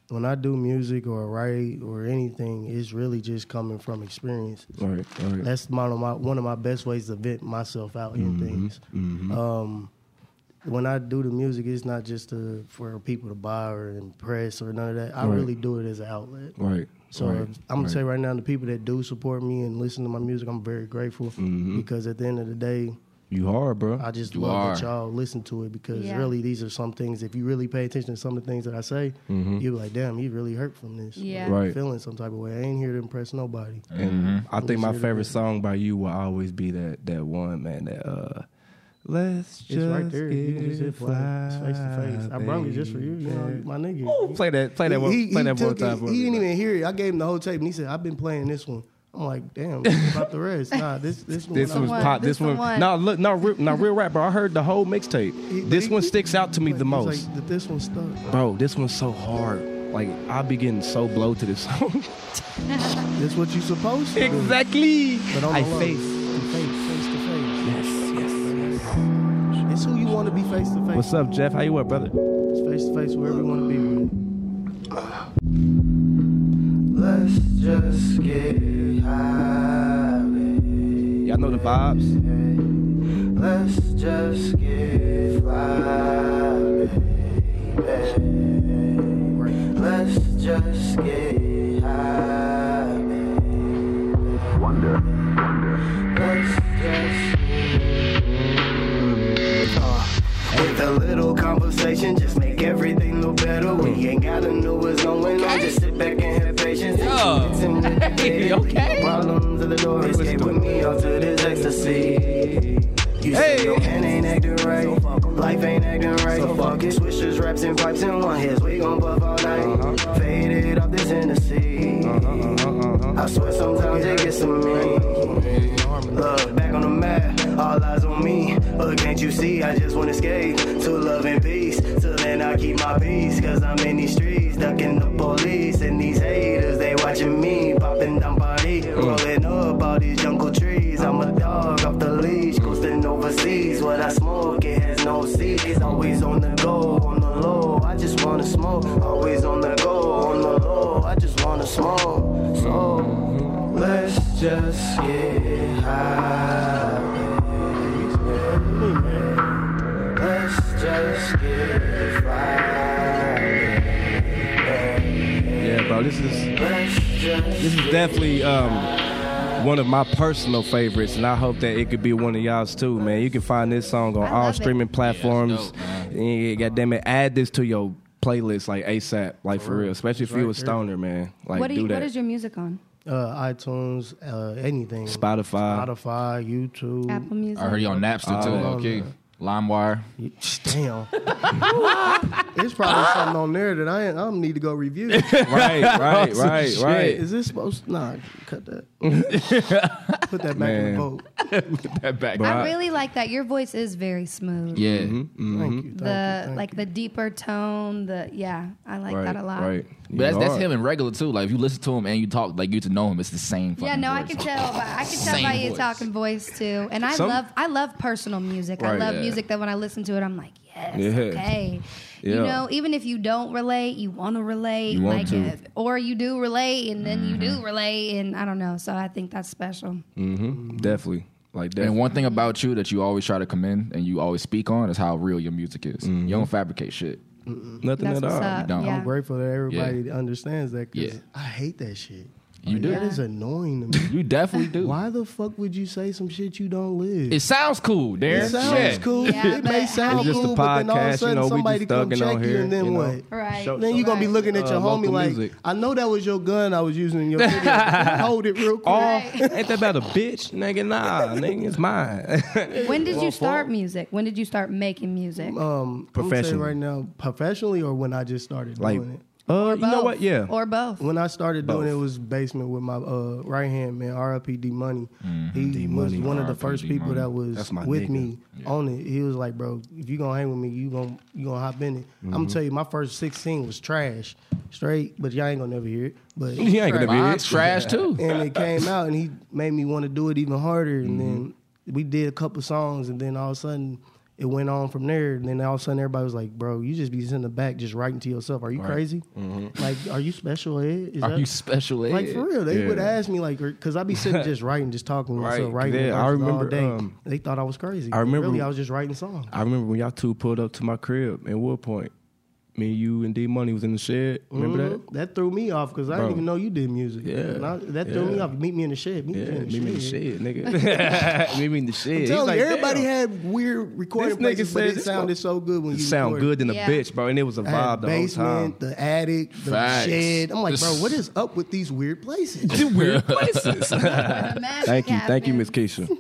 when I do music or write or anything, it's really just coming from experience.
all right, all right.
That's one of my one of my best ways to vent myself out in things. Um, when I do the music, it's not just to, for people to buy or impress or none of that. I
Right.
really do it as an outlet.
Right.
So
right,
I'm gonna
right.
say right now, the people that do support me and listen to my music, I'm very grateful because at the end of the day,
you hard, bro.
I just
You
love that
are.
y'all listen to it because
Yeah.
really these are some things. If you really pay attention to some of the things that I say, you be like, damn, you really hurt from this.
Yeah.
Like,
Right.
feeling some type of way. I ain't here to impress nobody.
And I think
Appreciate
my
it,
favorite
man.
song by you will always be that that one, man. That uh, let's just
It's right there. You can just
get
hit fly. It's face to face. I brought it just for you. You know,
baby.
my nigga.
Play that, play that one, play that one
took
time.
it.
for
He
me,
didn't
bro.
even hear it. I gave him the whole tape, and he said, "I've been playing this one." I'm like, "Damn, what about the rest." Nah, this this one.
This
I'm
was
one.
pop. This
This the
one.
one.
No, look, no, real, no, real rap, bro. I heard the whole
He-
mixtape. This
he-
one sticks out to me
like,
the
he's
most,
Like, this one stuck.
bro. This one's so hard. Like I be getting so blow to this song.
This what you supposed to. do.
exactly.
But on
I
the low,
face.
you face face to face.
Yes, yes, yes.
It's who you want to be face to face.
What's up, Jeff? How you up, brother?
It's face to face wherever you want to be with.
Let's just get high.
Y'all know the vibes.
baby. Let's just get fly, baby. Let's just get high. Wonder, wonder. Let's just get high. With a little conversation, just make everything look better. We ain't gotta know what's going on. Just sit back and have patience.
Yeah.
Hey,
okay.
Problems at the door, escape with me all to this ecstasy. You hey. your hand ain't acting right. Life ain't acting right. So fuck it. Swishers, raps, and pipes in one hit. We gon' buff all night. Faded off this Hennessy. I swear sometimes it gets to me. Look, back on the map, all eyes on me. But can't you see? I just wanna escape to love and peace. Till then, I keep my peace, cause I'm in these streets, ducking the police. And these haters, they watching me, popping down body, rolling up all these jungle trees. I'm a dog off the leash, coasting overseas. What I smoke, it has no seeds. Always on the go, on the low. I just wanna smoke, always on the go, on the low. I just wanna smoke. So let's just get high. Let's just get fly.
Yeah, bro. This is
Let's just.
this is definitely um one of my personal favorites, and I hope that it could be one of y'all's too, man. You can find this song on
I
all
love it.
streaming platforms.
dope, man.
Yeah, God damn it, add this to your playlist like ASAP, like for real. Especially if you a
right there.
stoner, man. Like
what do
do
you,
that.
What is your music on?
Uh, iTunes, uh, anything.
Spotify.
Spotify, YouTube.
Apple Music.
I heard you on Napster too,
Oh,
low key. LimeWire.
Damn. There's probably something on there that I ain't, I don't need to go review.
Right, right, right, right.
Is this supposed? Nah, cut that. Put that back in
Man.
the boat.
That back.
Right.
I really like that. Your voice is very smooth.
Yeah.
Mm-hmm.
Thank you. Thank you,
The
thank
like the deeper tone. The yeah, I like
right,
that a lot.
Right. You
But that's, that's
hard.
him in regular too. Like if you listen to him and you talk, like you get to know him, it's the same.
Yeah,
fucking
no, I
voice.
can tell. By, I can tell
Same
by your
voice.
talking voice too. And I
Some-
love, I love personal music. I
Right,
love
yeah.
music that when I listen to it, I'm like, yes,
Yeah.
okay. You
Yeah.
know, even if you don't relate, you want to relate,
You want
like,
to. Mm-hmm.
if- or you do relate, and then you do relate, and I don't know. So I think that's special.
Definitely. Like that.
And one thing about you that you always try to commend and you always speak on is how real your music is.
Mm-hmm.
You don't fabricate shit.
Nothing
That's
at
what's
all.
up.
don't.
you. I'm
Yeah.
grateful that everybody understands that. 'cause
Yeah.
I hate that shit.
You do.
That is annoying to me.
You definitely do.
Why the fuck would you say some shit you don't live?
It sounds cool, Darren.
It sounds
Shit.
cool.
Yeah,
it may
but
sound
It's just
cool,
a
but then all of
podcast,
a
you
sudden
know, we
somebody
just
come
thugging on
check you,
here,
and then
you know.
what?
Right.
Then you gonna be
Right.
looking at your
Uh,
homie
local
like,
music.
I know that was your gun I was using in your video. Can you hold it real quick.
Oh, ain't that about a bitch, nigga? Nah, nigga, it's mine.
When did you start music? When did you start making music?
Um,
Professionally.
professionally, right now, professionally, or when I just started
like,
doing it.
uh, you know
Both.
what? Yeah,
Or both.
When I started doing
Both.
it was basement with my uh, right hand man, RIP D Money.
Mm-hmm.
He was
D-Money.
one of the
R.I.P.
first people
D-Money.
that was
That's my
with
nigga.
me on it. He was like, bro, if you gonna hang with me, you gonna you gonna hop in it. I'm
Mm-hmm.
gonna tell you, my first 16 was trash, straight. But y'all ain't gonna never hear it. But
you ain't gonna be it.
Mine's trash too.
and it came out, and he made me want to do it even harder. And then
Mm-hmm.
we did a couple songs, and then all of a sudden it went on from there. And then all of a sudden everybody was like, "Bro, you just be sitting in the back just writing to yourself. Are you crazy?
Mm-hmm.
Like, are you special ed? Is
Are
that-
you special ed?
Like for real, they would
Yeah.
ask me like, because I'd be sitting just writing, just talking to myself,
Right.
writing.
Yeah,
verses
I remember,
All day.
um,
they thought I was crazy.
I remember-
Really, I was just writing songs.
I remember when y'all two pulled up to my crib in Wood Point. Me, you, and D Money was in the shed. Remember that?
Mhm. threw me off because I
Bro.
didn't even know you did music.
Yeah.
And I- that threw me
Yeah.
off. Meet me in the shed. Meet
Yeah,
me in the
me
shed.
mean the shit, nigga. me mean the shit. He's
Tell
like,
you, everybody
damn,
had weird recording
This
places,
nigga
but
said
it
this
sounded so good when
it
you
sound
recorded.
good than a
Yeah.
bitch, bro. And it was a
I had
vibe the whole time.
basement, the attic, the
Facts.
shed. I'm like,
This-
bro, what is up with these weird places?
weird
Thank you, thank you, Miss Keisha.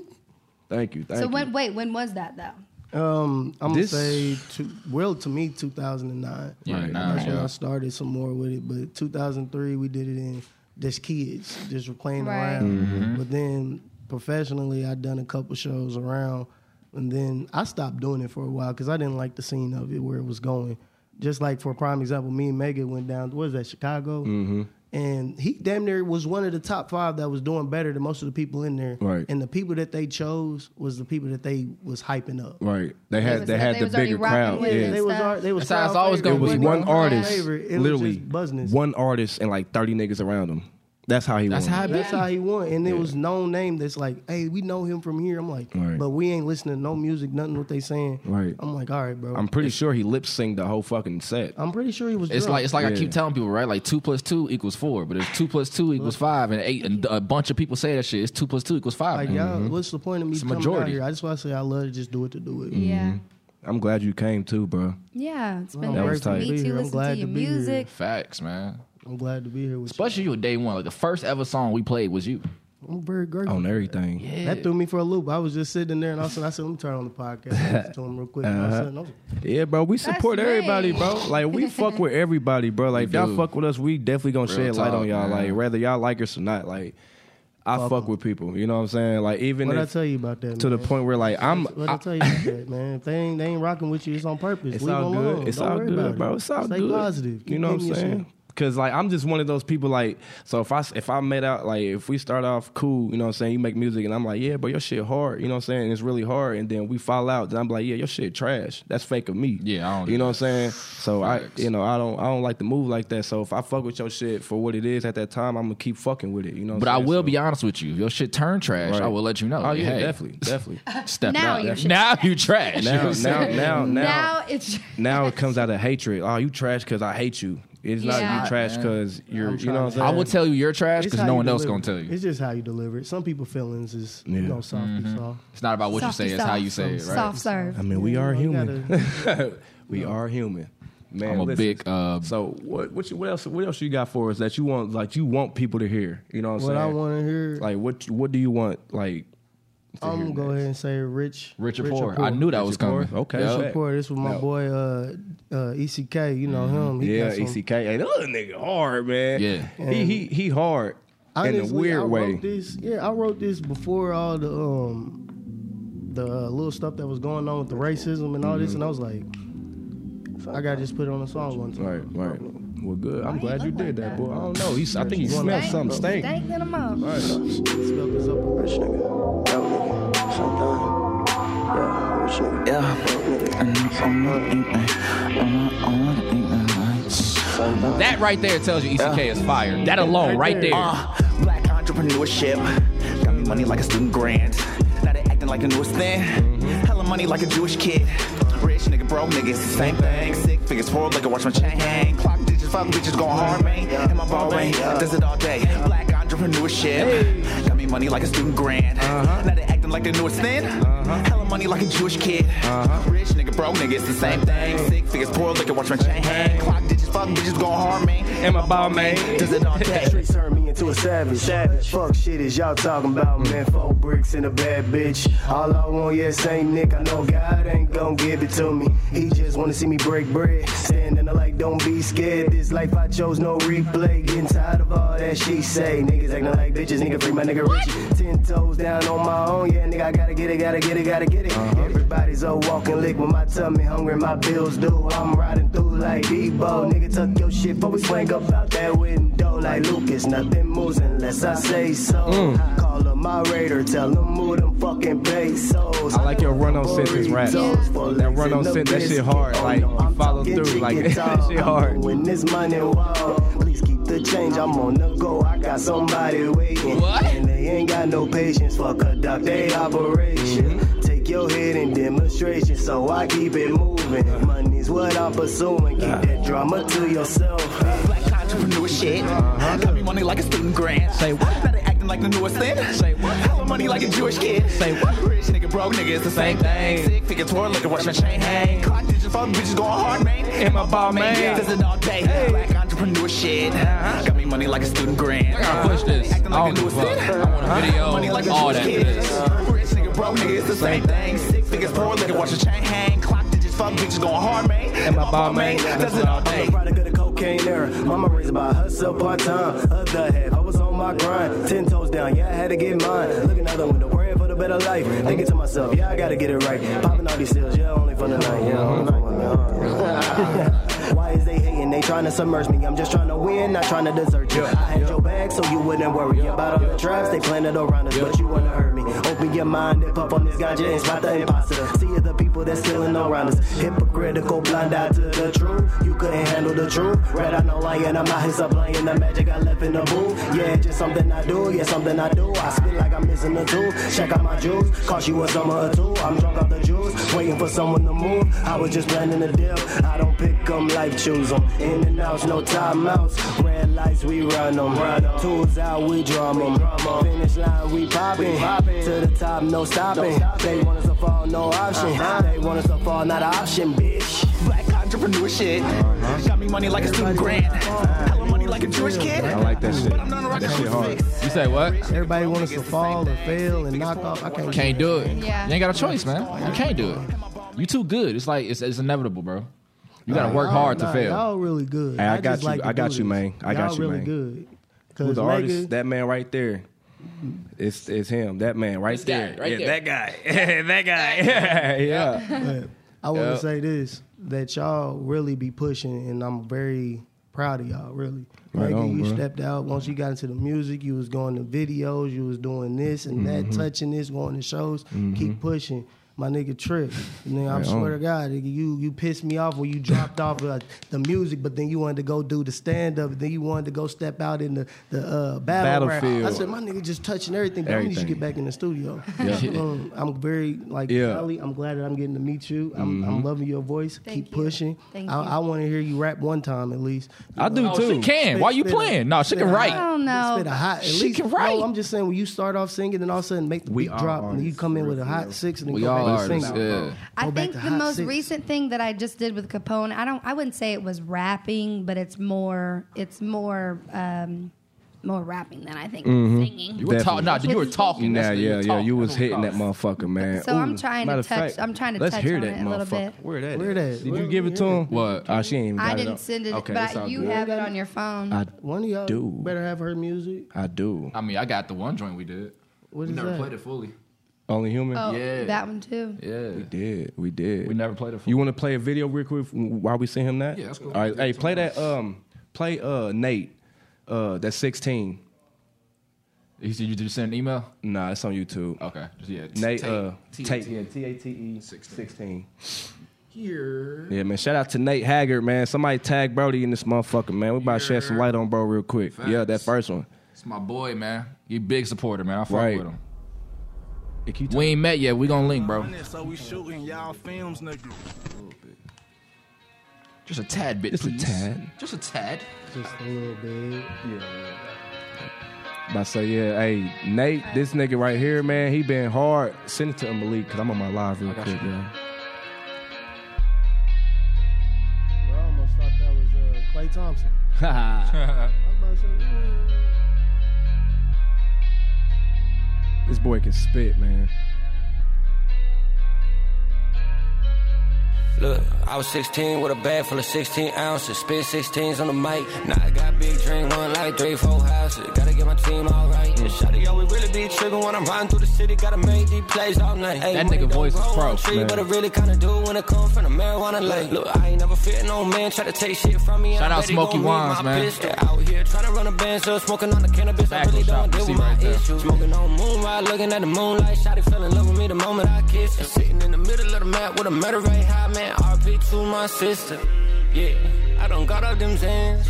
Thank you, thank
So
you.
when? Wait, when was that though?
um, I'm
This-
gonna say, two, well, to me, 2009.
Yeah,
Right.
nah,
That's when
yeah.
I started some more with it. But 2003, we did it in just kids, just playing
Right.
around. But then professionally, I done a couple shows around, and then I stopped doing it for a while because I didn't like the scene of it where it was going. Just like for prime example, me and Megan went down. What is that Chicago? And he damn near was one of the top five that was doing better than most of the people in there.
Right.
And the people that they chose was the people that they was hyping up.
right, they
They
had
was-
they
they
had the
was already
bigger
rocking
crowd.
Oh,
with
Yeah.
it.
They was our, they was
That's how it's
crowd
always gonna
It
favorite.
was
It
They
was
one
crowd
artist,
favorite. It was
literally
just business.
one artist and like thirty niggas around him. That's how he.
That's
won.
how it be.
That's how he won. And there was no name that's like, hey, we know him from here. I'm like,
Right.
but we ain't listening to no music, nothing what they saying.
Right.
I'm like, all right, bro.
I'm
I'm,
pretty sure he lip synced the whole fucking set.
pretty sure he was
It's
drunk.
like it's like I
Yeah.
keep telling people, right? Like two plus two equals four, but if two plus two equals five and eight, and a bunch of people say that shit, it's two plus two equals five.
Like,
man.
y'all, what's the point of me
Mm-hmm. It's a
coming out
majority.
here? I just want to say I love to just do it to do
Mm-hmm.
it.
Yeah.
I'm glad you came too, bro.
Yeah, it's been
I'm
nice
grateful
to
to
be
meet
here.
you.
I'm
Listen to
glad
your
to be here.
music.
Facts, man.
I'm glad to be here with
Especially you a day one. Like the first ever song we played was you.
you. I'm very
Oh,
grateful.
On everything.
That threw me for a loop. I was just sitting there and all of a sudden I said, let me turn on the podcast. Listen to him real quick. And all of a
Uh-huh.
sudden, I was-
Yeah, bro, we support
That's
everybody,
me.
bro. Like we fuck with everybody, bro. Like if y'all
do.
fuck with us, we definitely gonna
Real
shed light
talk,
on y'all.
man.
Like whether y'all like us or not, like I fuck, with people. You know what I'm saying? Like even
What'd I
if-
tell you about that?
to the
man?
point where like I'm
What I tell you about that, man? If they ain't, they ain't rocking with you, it's on purpose.
It's
Leave
all
them
good.
alone.
It's
Don't
all
worry about
good,
it.
bro. It's all
Stay
good.
positive.
you
Keep
know what I'm
hitting your shit.
saying? Cause like I'm just one of those people like so if I s- if I met out like if we start off cool, you know what I'm saying, you make music and I'm like, Yeah, but your shit hard, you know what I'm saying? It's really hard and then we fall out, then I'm like, Yeah, your shit trash. That's fake of me.
Yeah, I don't
You
do
know what I'm saying? So
Facts.
I you know, I don't I don't like to move like that. So if I fuck with your shit for what it is at that time, I'm gonna keep fucking with it. You know what
But I
I'm saying?
will
So-
be honest with you. If your shit turned trash,
Right.
I will let you know.
Oh
Like,
yeah,
hey,
definitely, definitely.
Step
Now
up.
your shit-
now you trash. You know
now,
what I'm
now,
saying?
now, now
Now it's
now it comes out of hatred. Oh, you trash because I hate you. It's
Yeah.
not you trash because you're. You know what I'm
I
saying?
will tell you you're trash
It's
because
how
no
you
one else
deliver
gonna
it.
tell you.
It's just how you deliver it. Some people feelings is you
Yeah.
know soft and soft.
It's not about what you
Softy
say; it's how you say it, right?
soft serve.
I mean, we
You
are
know, you
human. We are human. Man,
I'm a
listen.
big, uh,
so what? What, you, what else? What else you got for us that you want? Like you want people to hear? You know what I'm
What
saying?
I want to hear.
Like what? What do you want? Like
I'm gonna go ahead and say Rich.
Rich or poor. I knew that was coming.
Okay,
Yep.
shit.
Rich Poor. This was my
No. Mm-hmm.
boy uh, uh, ECK. You know him. He
Yeah,
got
E
some-
ECK. Hey, that other nigga hard, man.
Yeah.
He he he hard in a
Honestly, I
weird
wrote
way.
This, yeah, I wrote this before all the um the uh, little stuff that was going on with the racism and all
Mm-hmm.
this, and I was like, I gotta just put it on a song one time.
Right, right. Well, good. I'm
Why
glad
he
you
look
did
like that?
that, boy. I don't know. He's, I think he
Stank,
smelled something stink.
Stank in the mouth.
Spelt this up.
Rich nigga, dope nigga, something. Yeah, rich nigga, yeah, dope nigga, something.
That right there tells you
E
ECK is fired. That alone, right there.
Uh, black entrepreneurship. Got me money like a student grant. Now they acting like the newest thing. Hella money like a Jewish kid. Rich nigga, broke niggas, it's the same thing. Sick figures, four liquor, watch my chain hang. Clock digits, fuck bitches, going hard, man. In my ball ring, does it all day. Black entrepreneurship. Got me money like a student grant. Now they acting like the newest thing. Hella money like a Jewish kid. Rich nigga, broke nigga, it's the same thing. Sick figures, four liquor, watch my chain hang. Clock digits, fuck bitches, going hard, man. In my ball man, does it all day.
Streets turned me into a savage. Savage. Fuck shit is y'all talking about, man. Four bricks and a bad bitch. All I want, yeah, Saint Nick. I know God ain't gonna give it to me. He just wanna see me break bread. Standing there like, don't be scared. This life I chose, no replay. Getting tired of all that she say. Niggas acting like bitches, nigga free my nigga rich. Ten toes down on my own, yeah, nigga. I gotta get it, gotta get it, gotta get it.
Uh-huh.
Everybody's a walking lick with my tummy hungry, my bills due. I'm riding through like Debo, nigga. Tuck your shit, but we swing up out that window like Lucas. Nothing moves unless I say so.
Mm.
Call up my raider, tell them move them fucking pesos.
I like your run-on sentence rap. That run-on sentence, that shit hard. Like, you follow through, like, that shit hard.
When this money wall, please keep the change. I'm on the go. I got somebody waiting.
What?
And they ain't got no patience for conduct they operation. Take your head in demonstration, so I keep it moving. Money's what I'm pursuing. Keep that drama to yourself.
Black entrepreneurship. Got me money like a student grant. Say what? Better acting like the newest thing. Say what? Hella money like a Jewish kid. Say what? Rich nigga, broke nigga, it's the same thing. Sick figure, twirl, liquor, watch my chain hang. Clock digit, fuck bitches, going hard, man. In my ball, man. Does it all day. Black entrepreneurship. Got me money like a student grant.
I gotta push this.
Acting
I
like
don't
Uh-huh. the newest
give a
thing.
fuck. I want a video,
Money like a
all
Jewish
that.
kid. Rich nigga, broke nigga, it's the same thing. Sick figures, twirl, liquor, watch my chain hang. Clock digits, fuck bitches, going hard, man. In my ball, man. Does it all
I'm
day.
a product of the cocaine era. Mama raised by herself part time. Other half, I was on my grind. Ten toes down, yeah, I had to get mine. Looking out the window, praying for the better life. Thinking to myself, yeah, I gotta get it right. Popping all these seals, yeah, only for the night. Yeah, only for the night. Why is they hating? They trying to submerge me. I'm just trying to win, not trying to desert you. I had your back, so you wouldn't worry about all the traps they planted around us. But you wanna hurt me. Open your mind and puff on this ganja and spot the imposter. See the people that's killing around us. Hypocritical, blind eye to the truth. You couldn't handle the truth. Red, I know lying. I'm out here supplying the magic I left in the booth. Yeah, it's just something I do. Yeah, something I do. I spit like I'm missing a tool. Check out my juice. Cost you a summer or two. I'm drunk off the juice. Waiting for someone to move. I was just planning a deal. I don't pick 'em, life choose 'em. In and outs, no timeouts. Red lights, we run 'em. Tools out, we drum 'em. Finish line, we popping. To the top, no stopping. They want us to fall, no option. They want us to fall, not an option, bitch.
Black entrepreneurship. Got me money like a student grant. Hella money like a Jewish kid.
I like that shit.
But I'm not a rock
That shit hard.
You say what?
Everybody wants to fall and fail and knock off. I can't.
Can't do it.
Yeah.
You ain't got a choice, man. You can't do it. You too good. It's like it's, it's inevitable, bro. You gotta work hard to
Oh,
Nah,
fail.
Y'all really good.
Hey, I
just
got you.
like to
I got
do
you,
this.
man. I got
y'all
you,
really
man.
good.
Who's
Cause
the
nigga,
artist? That man right there. It's it's him. That man right
This guy,
there.
right
yeah,
there.
that guy. that guy. yeah, yeah.
I want to
Yep.
say this that y'all really be pushing, and I'm very proud of y'all. Really,
Right
Nigga,
on,
you
bro.
stepped out. Once you got into the music, you was going to videos, you was doing this and that,
Mm-hmm.
touching this, going to shows. Keep pushing. My nigga Trip, nigga, I
Right
swear to
on.
God, nigga, you you pissed me off when you dropped off uh, the music, but then you wanted to go do the stand up, then you wanted to go step out in the the uh, battle rap. I
Battlefield.
said, my nigga, just touching everything. But I need you to
Everything.
get back in the studio. Um, I'm very like
Yeah. Mm-hmm.
Kelly, I'm glad that I'm getting to meet you. I'm, I'm loving your voice.
Thank
Keep
you.
pushing.
Thank
I,
you.
I want to hear you rap one time at least. You
I
know,
do
Oh,
spit
too.
Oh, She can. Why you
spit a-
playing? No, she
spit
can
a hot-
I
write.
don't know.
Spit a hot. At
She
least,
can write.
No, I'm just saying when you start off singing, then all of a sudden make the
We
beat
are
drop, and you
artists,
come in with a
real
hot
deal.
six, and then
We
go
all
back to
artists,
singing.
yeah.
Go
I
back
think
to
the
hot
most
six.
recent thing that I just did with Capone, I don't, I wouldn't say it was rapping, but it's more, it's more um, more rapping than I think
Mm-hmm.
Mhm.
singing.
You were ta- nah,
you were talking.
Nah,
That's the- you
yeah,
were
yeah,
talking.
you was
That's what
hitting
it
that motherfucker, man.
So I'm trying to
matter of
touch- I'm trying to
let's
touch
hear
on
that
it a little
motherfucker.
bit.
Where that?
Where that?
Did you give it to him? What? Oh, she ain't even got
I
it
didn't
up.
send it,
Okay, it's all
but you
good.
have it on your phone.
I
One of y'all
do.
better have her music.
I do.
I mean, I got the one joint we did.
What is
we never
that?
played it fully.
Only human.
oh,
yeah.
that one too.
Yeah.
We did. We did. We
never played it.
You want to play a video real quick while we send him that?
Yeah, that's cool.
All right, hey, play that. Um, play uh Nate. Uh, that's sixteen.
You said you just send an email?
Nah, it's on YouTube. Uh,
Okay. Just, yeah. t-
Nate.
tape.
Uh,
T-
Tate.
T-
Yeah, T A T E sixteen.
Here.
Yeah, man. Shout out to Nate Haggard, man. Somebody tag Brody in this motherfucker, man. We about to shed some light on bro real quick. Yeah, that
Facts.
first one.
It's my boy, man. You big supporter, man. I fuck
Right.
with him. We ain't met yet. We gonna link, bro.
So we shooting y'all films, nigga.
Just a tad bit,
Just a
please.
tad.
Just a tad.
Just a little bit.
Yeah. About to say, yeah, hey, Nate, this nigga right here, man, he been hard. Send it to him, Malik, because I'm on my live real quick, man.
Bro, I almost thought that was uh, Clay Thompson. I'm about to say, "Whoa."
This boy can spit, man.
Look, I was 16 with a bag full of 16 ounces. Spit 16s on the mic. Now I got big dream, one like three, four houses. Gotta get my team all right. And shawty always really be triggering when I'm riding through the city. Gotta make these plays all night. Ayy,
That
money
nigga
don't
voice is
grow on
pro,
trees,
man.
But it really kinda do when it come from the marijuana light. Look, I ain't never fear no man try to take shit from me.
Shout
I
out
bet he
Smokey
gon' need
Wines,
my
man.
pistol. Out here trying to run a band, so smoking on the cannabis. I really
Tackle
don't
shop,
deal
you
with
see
my
right there.
issues. Smoking on moonlight, looking at the moonlight. Shotty fell in love with me the moment I kissed her. Sitting in the middle of the map with a murder rate high, man. RP to my sister. Yeah, I done got up them Zans.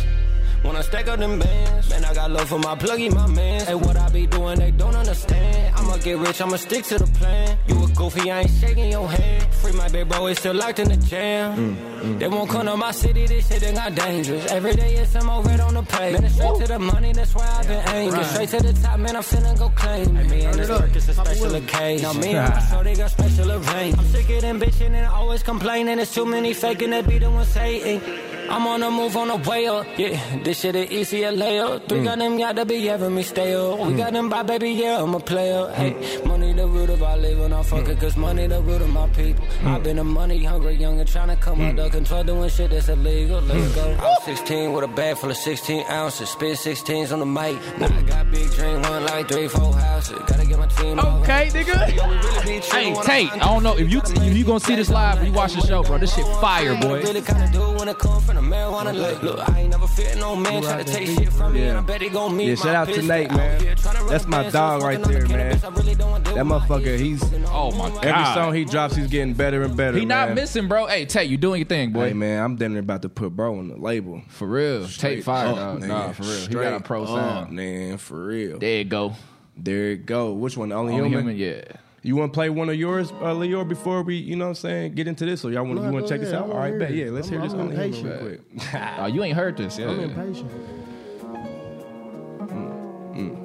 When I stack up them bands, man, I got love for my pluggy, my man. Hey, what I be doing, they don't understand. I'ma get rich, I'ma stick to the plan. You a goofy, I ain't shaking your hand. Free my big bro, it's still locked in the jam. They won't come to my city, this shit done got dangerous. Every day it's some more red on the page. Man, it's straight to the money, that's why I've been aiming.
right.
Straight to the top, man, I'm finna go claim. it. Me and this work is a special occasion. Now, me and my so they got special arrangements. I'm sick of them bitching and always complaining. There's too many faking that be the one saying. I'm on the move on the way up. Yeah, this shit is easy a layup.
Mm.
Three got them gotta be having me stay up. We got them by baby, yeah, I'm a player.
Mm.
Hey, money the root of our living, I'm fucking cause money the root of my people.
Mm.
I've been a money hungry young and trying to come out under control doing shit that's illegal.
Mm.
Let's go. I was 16 with a bag full of 16 ounces. Spit 16s on the mic. Now I got big dream, one like three, four houses. Gotta get my team all
Okay, nigga. hey, Tate. I don't know if you if you gonna see this live when you watch the show, bro. This shit fire, boy.
Really kinda do when it come from the marijuana look. Look, I ain't never fear no man try to take shit from me. And I bet he gon' meet
Yeah,
my
shout out to
pistol.
Nate,
Out
man.
here tryna run
That's
a
my
band, so
dog
smoking
right
on the
there, man.
cannabis, I really don't wanna do
That
my
motherfucker, he's
Oh my god.
every song he drops, he's getting better and better.
He not
man.
missing, bro. Hey, Tate, you doing your thing, boy.
Hey man, I'm damn near about to put bro on the label.
For real. Tate fire, dog.
nigga.
Nah, for real. He got
Straight
a pro
up,
sound.
man. For real.
There you go.
There it go. Which one? Only,
Only
human.
Human, yeah.
You want to play one of yours, uh, Leor, before we, you know, what I'm saying, get into this, or y'all want
No,
to you want
go
to check this
ahead. I
out? All
wanna
right,
hear
bet.
it.
Yeah, let's
I'm-
hear this
I'm
only human real
impatient.
quick.
Oh, you ain't heard this.
I'm
Yeah.
impatient.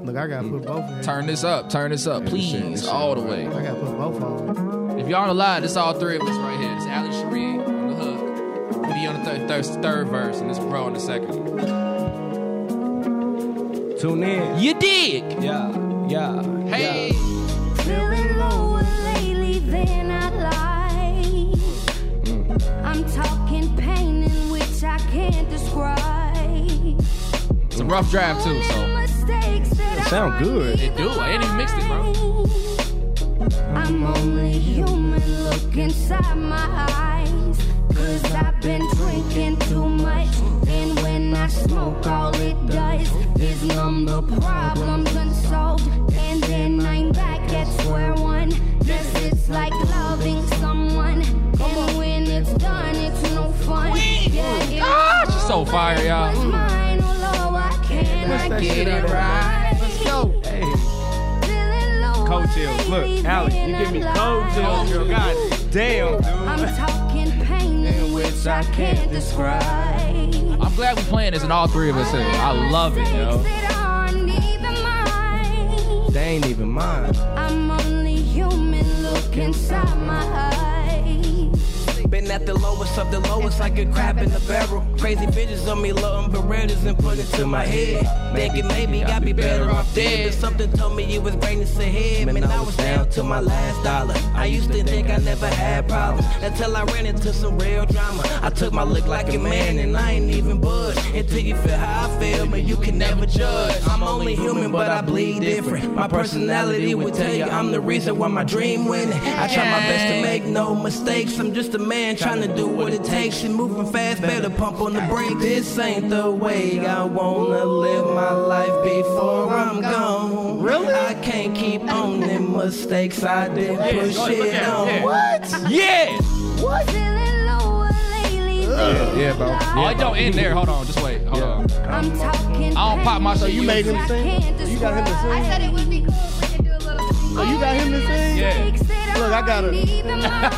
Look, I gotta put both. in.
Turn this up. Turn this up, please. All the way.
I gotta put both on.
If y'all on the line, this all three of us right here. This Ali Sharia on the hook. Me on the third, third, third verse, and this bro on the second.
Tune in.
You dig?
Yeah, yeah.
Hey.
Feeling lower lately than I like. I'm talking pain in which I can't describe.
It's a rough drive too, so
Mistakes that
Sound good.
it do. I ain't even mixed it, bro.
I'm only human. Look inside my eyes. Cause I've been drinking too much. And when I smoke, all it does is numb the problems unsolved. And then I'm back at square one. Yes, it's like loving someone. And when it's done, it's no fun. Yeah, it's
Ah, she's so fire,
was
y'all.
mine, although I
Bust
cannot
that shit
get it
out.
right.
Hey,
Feeling low
cold chills. Look, Alex, you give me cold chills, girl. God damn, dude.
I'm talking pain in which I can't describe.
I'm glad we playing this, and all three of us here. I love it, yo.
Mistakes that aren't even mine.
They ain't even mine.
I'm only human. Look inside my eyes.
Been
Looking at the lowest of the lowest like a crap in the barrel. Crazy bitches on me, loving Berettas and put it to my head. Thinking maybe I'd be better off dead. But something told me it was greatness ahead. Man, I was down to my last dollar. I used to think I never had problems until I ran into some real drama. I took my look like a man and I ain't even budge until you feel how I feel, man. You can never judge. I'm only human, but I bleed different. My personality would tell you I'm the reason why my dream winning. I try my best to make no mistakes. I'm just a man trying to do what it takes. And moving fast, better pump on the brakes. This ain't the way I wanna live my life before I'm gone. Really? I can't keep on them mistakes I did
Yeah,
Oh,
push
go ahead,
it
put that,
on.
yeah.
What? Yeah.
What? Feeling lower lately.
Yeah,
yeah, bro.
Oh, it don't end there. Hold on, just wait. Hold on.
I'm talking.
I don't pop my shit. You made him
You got him to sing. I said it would be cool if I could do a little. Oh, you got him to sing. Yeah. Look, I got it.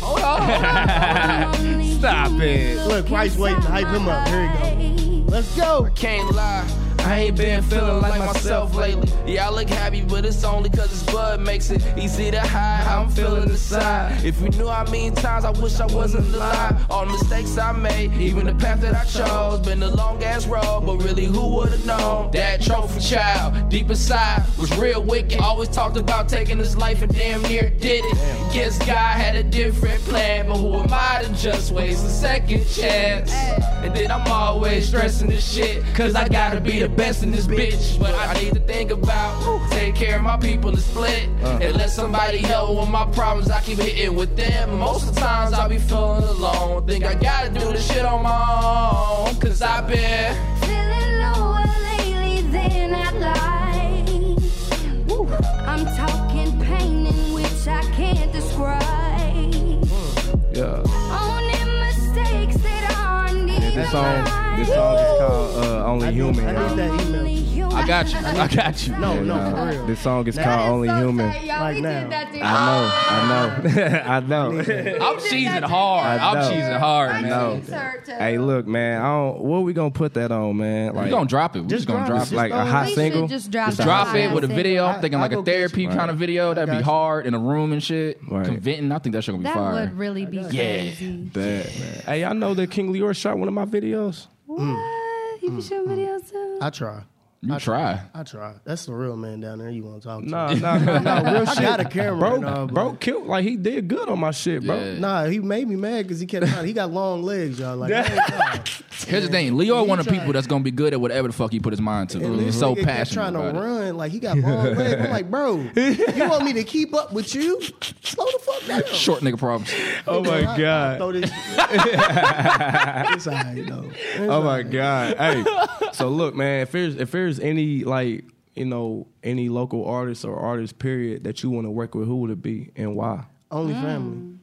Hold
Oh. Stop it.
Look, Price waiting to hype him up. Here we go. Let's go. I can't lie. I ain't been feeling like myself lately. Yeah, I look happy, but it's only cause his blood makes it easy to hide how I'm feeling inside. If you knew how many times I wish I wasn't alive, all the mistakes I made, even the path that I chose. Been a long ass road, but really who would've known? That trophy child, deep inside, was real wicked. Always talked about taking his life and damn near did it. Guess God had a different plan, but who am I to just waste a second chance? And then I'm always stressing this shit, cause I gotta be the best in this bitch. But I need to think about, take care of my people and split.
Uh.
And let somebody help with my problems, I keep hitting with them. Most of the times I be feeling alone, think I gotta do this shit on my own, cause I've been.
Feeling lower lately than I like. Woo. I'm talking pain in which I can't describe.
Yeah.
Owning mistakes that aren't even
This song, this song is called uh, "Only Human."
I need that email.
I got you. I got you.
No, no,
Yeah,
for
nah.
real.
uh, This song is called "Only Human."
Like now.
I know, I know, I know.
I'm cheesing hard.
I
I'm
know.
cheesing hard,
I
man.
know. Hey, look, man. I don't, what we gonna put that on, man? Like,
gonna drop it. We just gonna drop it.
like a hot
We should
single.
just drop
Just
it.
drop it
Hot
with a
single.
video.
I-
I'm thinking
I
like
go
a
get
therapy
you.
kind of video. That'd be
Gotcha.
hard in a room and shit.
Right.
Conventing. I think that shit gonna be
That
fire.
would really be
yeah.
crazy.
Bad, man. Hey, I know that King Leor shot one of my videos.
You can show videos too.
I try.
You
I
try.
I try. That's the real man down there. You want to talk to?
Nah, nah, nah, nah. Real
I
shit.
got a camera.
Bro,
and all, but-
bro killed. Like, he did good on my shit, bro.
Nah, he made me mad because he kept trying. He got long legs, y'all. Like, I ain't trying.
Here's the thing. Leo one of the people that's gonna be good at whatever the fuck he put his mind to.
and
He's
this
so
nigga kept
passionate
trying to
about it.
run. Like, he got long legs. I'm like, bro, you want me to keep up with you? Slow the fuck down.
Short nigga problems.
Oh my
I- I
god.
throw this- it's all right, though. It's
Oh
all
my
right.
god. Hey. So look, man, if there's if there's any like, you know, any local artists or artists period that you want to work with, who would it be and why?
Only family.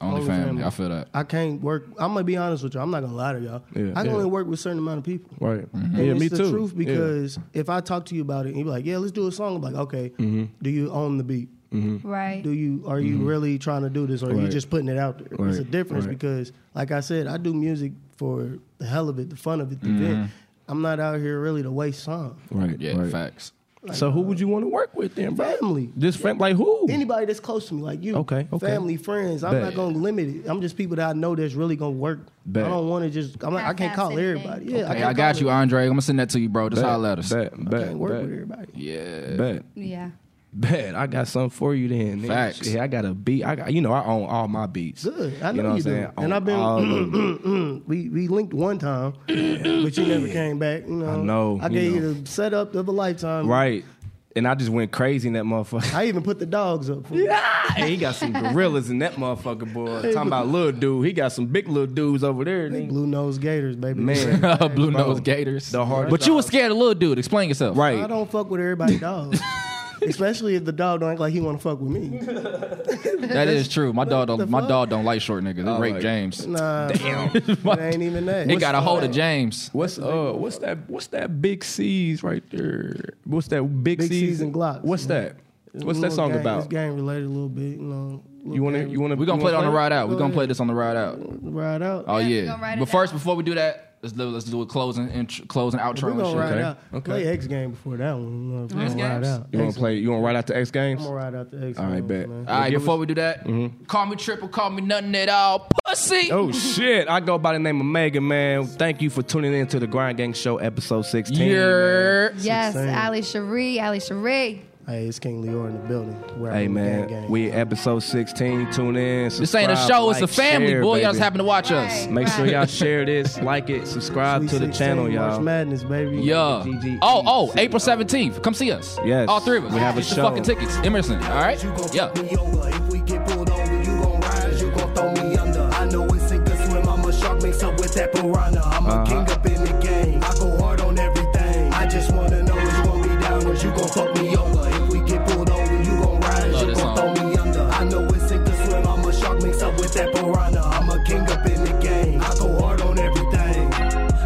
Only
Only
family.
family.
I feel that.
I can't work. I'm gonna be honest with y'all. I'm not gonna lie to y'all.
Yeah.
I can
Yeah.
only work with a certain amount of people.
Right.
And
Yeah,
it's
me
the
too.
truth
Yeah.
because if I talk to you about it and you be like, yeah, let's do a song, I'm like, okay,
Mm-hmm.
do you own the beat?
Right.
Do you are you really trying to do this or are you
Right.
just putting it out there? It's a
Right.
difference
Right.
because like I said, I do music for the hell of it, the fun of it, the
Mm-hmm.
event. I'm not out here really to waste time.
Right.
Yeah,
right.
facts.
So who would you want to work with then, bro?
Family.
This fam like who?
Anybody that's close to me, like you,
Okay, okay.
family, friends. I'm
Bet.
not gonna limit it. I'm just people that I know that's really gonna work.
Bet.
I don't want to just. I'm like, I can't
Half-ass
call
anything.
everybody. Yeah,
Hey,
can't
I got
call
you, Andre. I'm gonna send that to you, bro. Just
Bet,
holler at us.
Bet, bet,
can't work
bet,
with everybody.
Yeah.
bet.
Yeah.
Bet I got something for you then. nigga.
Facts.
Shit, I got a beat. I got you know I own all my beats.
Good. I know you,
what I'm
do.
saying?
And
On
I've mm,
all of them.
been we we linked one time, but you never came back. You know.
I know,
I
you
gave you,
know.
the setup of a lifetime.
right, and I just went crazy in that motherfucker.
I even put the dogs up. For yeah.
Hey, he got some gorillas in that motherfucker, boy. Talking about little dude, he got some big little dudes over there. nigga.
Blue nose gators, baby.
Man,
Blue
Bro,
nose gators.
the hardest
But you
dog.
was scared of little dude. Explain yourself.
I
right?
don't fuck with everybody dogs. Especially if the dog don't act like he want to fuck with me.
That is true. My dog
the
don't my
fuck?
dog don't like short niggas. It rape
Oh, like-
James.
Nah, Damn. it ain't even that.
It got a hold of James.
What's uh? What's that? What's that big C's right there? What's that big,
Big
C's
C's and Glocks.
What's that?
It's
What's
a
that
little
song
gang- It's
about?
gang related a little bit, you know. little
You wanna?
gang-
You wanna?
We're gonna
you
play it on
wanna
the ride out.
Go
We're gonna play
ahead.
this on the ride out.
ride out?
Oh
Yeah, we
yeah.
gonna ride it
But
out.
first, before we do that,
Let's do, let's do a closing intro, closing outro.
We're
Oh,
and
gonna
shit.
ride out. Play X game before that one. We're gonna
X
ride
Games?
out.
You want
X-
to play? You want to ride out the X Games?
I'm gonna ride out the X.
All right, bet.
All right, before we do that,
Mm-hmm.
call me triple, call me nothing at all. Pussy.
Oh shit! I go by the name of Megan, man. Thank you for tuning in to the Grind Gang Show, episode sixteen.
Yeah.
Yes,
Same.
Ali Cherie, Ali Cherie.
Hey, it's King Leor in the building. Where
Hey
I'm
man,
gang, gang.
we episode sixteen. Tune in.
This ain't a
subscribe,
show, it's
like,
a family,
share,
boy. Y'all
baby.
just happen to watch us.
Make sure
Right.
y'all share this, like it, subscribe to the channel,
March
y'all.
Madness, baby.
Yeah. Oh, oh, April 17th. Come see us.
Yes.
All three of us.
We have a
Get your
show.
fucking tickets. Emerson. All right? Yeah.
I know it's sink or swim. I'm a shark mix up with that piranha. I'm
Uh-huh.
a king up in the game. I go hard on everything. I just wanna know is you gon' be down or you gon' fuck me over. If we get pulled over, you gon' ride,
Love
you
this
gon'
song.
throw me under. I know it's sink or swim. I'm a shark mix up with that piranha. I'm a king up in the game. I go hard on everything.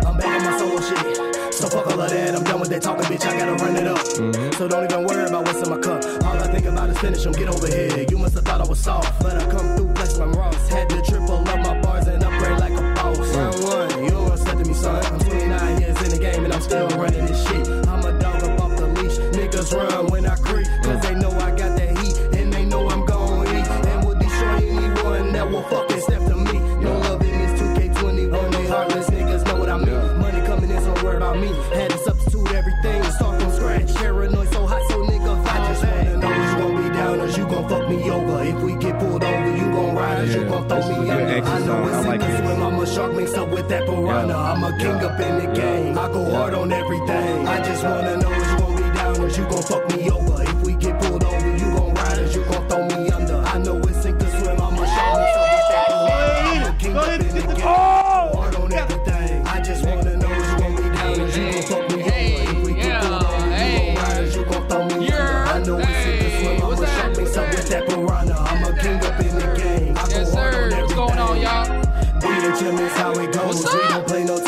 I'm back in my soul shit. So fuck all of that. I'm done with that talking, bitch. I gotta run it up.
Mm-hmm.
So don't even worry about what's in my cup. All I think about is finish 'em. Get over here. You must have thought I was soft, but I come through flex from Ross. Had to triple up my bars and upgrade like a boss.
Mm.
I'm one. You don't step to me, son. I'm 29 years in the game and I'm still running this shit. I'm a dog up off the leash. Niggas run when I creep, cause they know I got that heat and they know I'm gon' eat. And will destroy anyone that will fucking step to me. No love in this 2K20. Only heartless niggas know what I mean. Money coming in, so worry about me. Had to substitute everything, start from scratch. Paranoid so hot, so nigga, I just wanna know you gon' be down or you gon' fuck me over. If we get pulled over, you gon' ride us, you gon' throw me under. I know it's in the swim. I'm a shark mix up with that piranha. I'm a king up in the game. I go hard on everything. I just wanna know is you gon' be down or you gon' fuck me over. If we get pulled over, you gon' ride us, you gon' throw me under. I know it's in the swim. I'm a shark mix up with that piranha. I'm a king up in the game. Go hard on everything. I just wanna know is you gon' be down or you gon' fuck me over. If we get pulled over, you gon' ride us, you gon' throw me under. I know it's in the swim. I'm a shark mix up with that piranha. I'm a king up in the game. I go hard on everything. What's going on, y'all? Beat it, chill, that's how it goes. We don't play no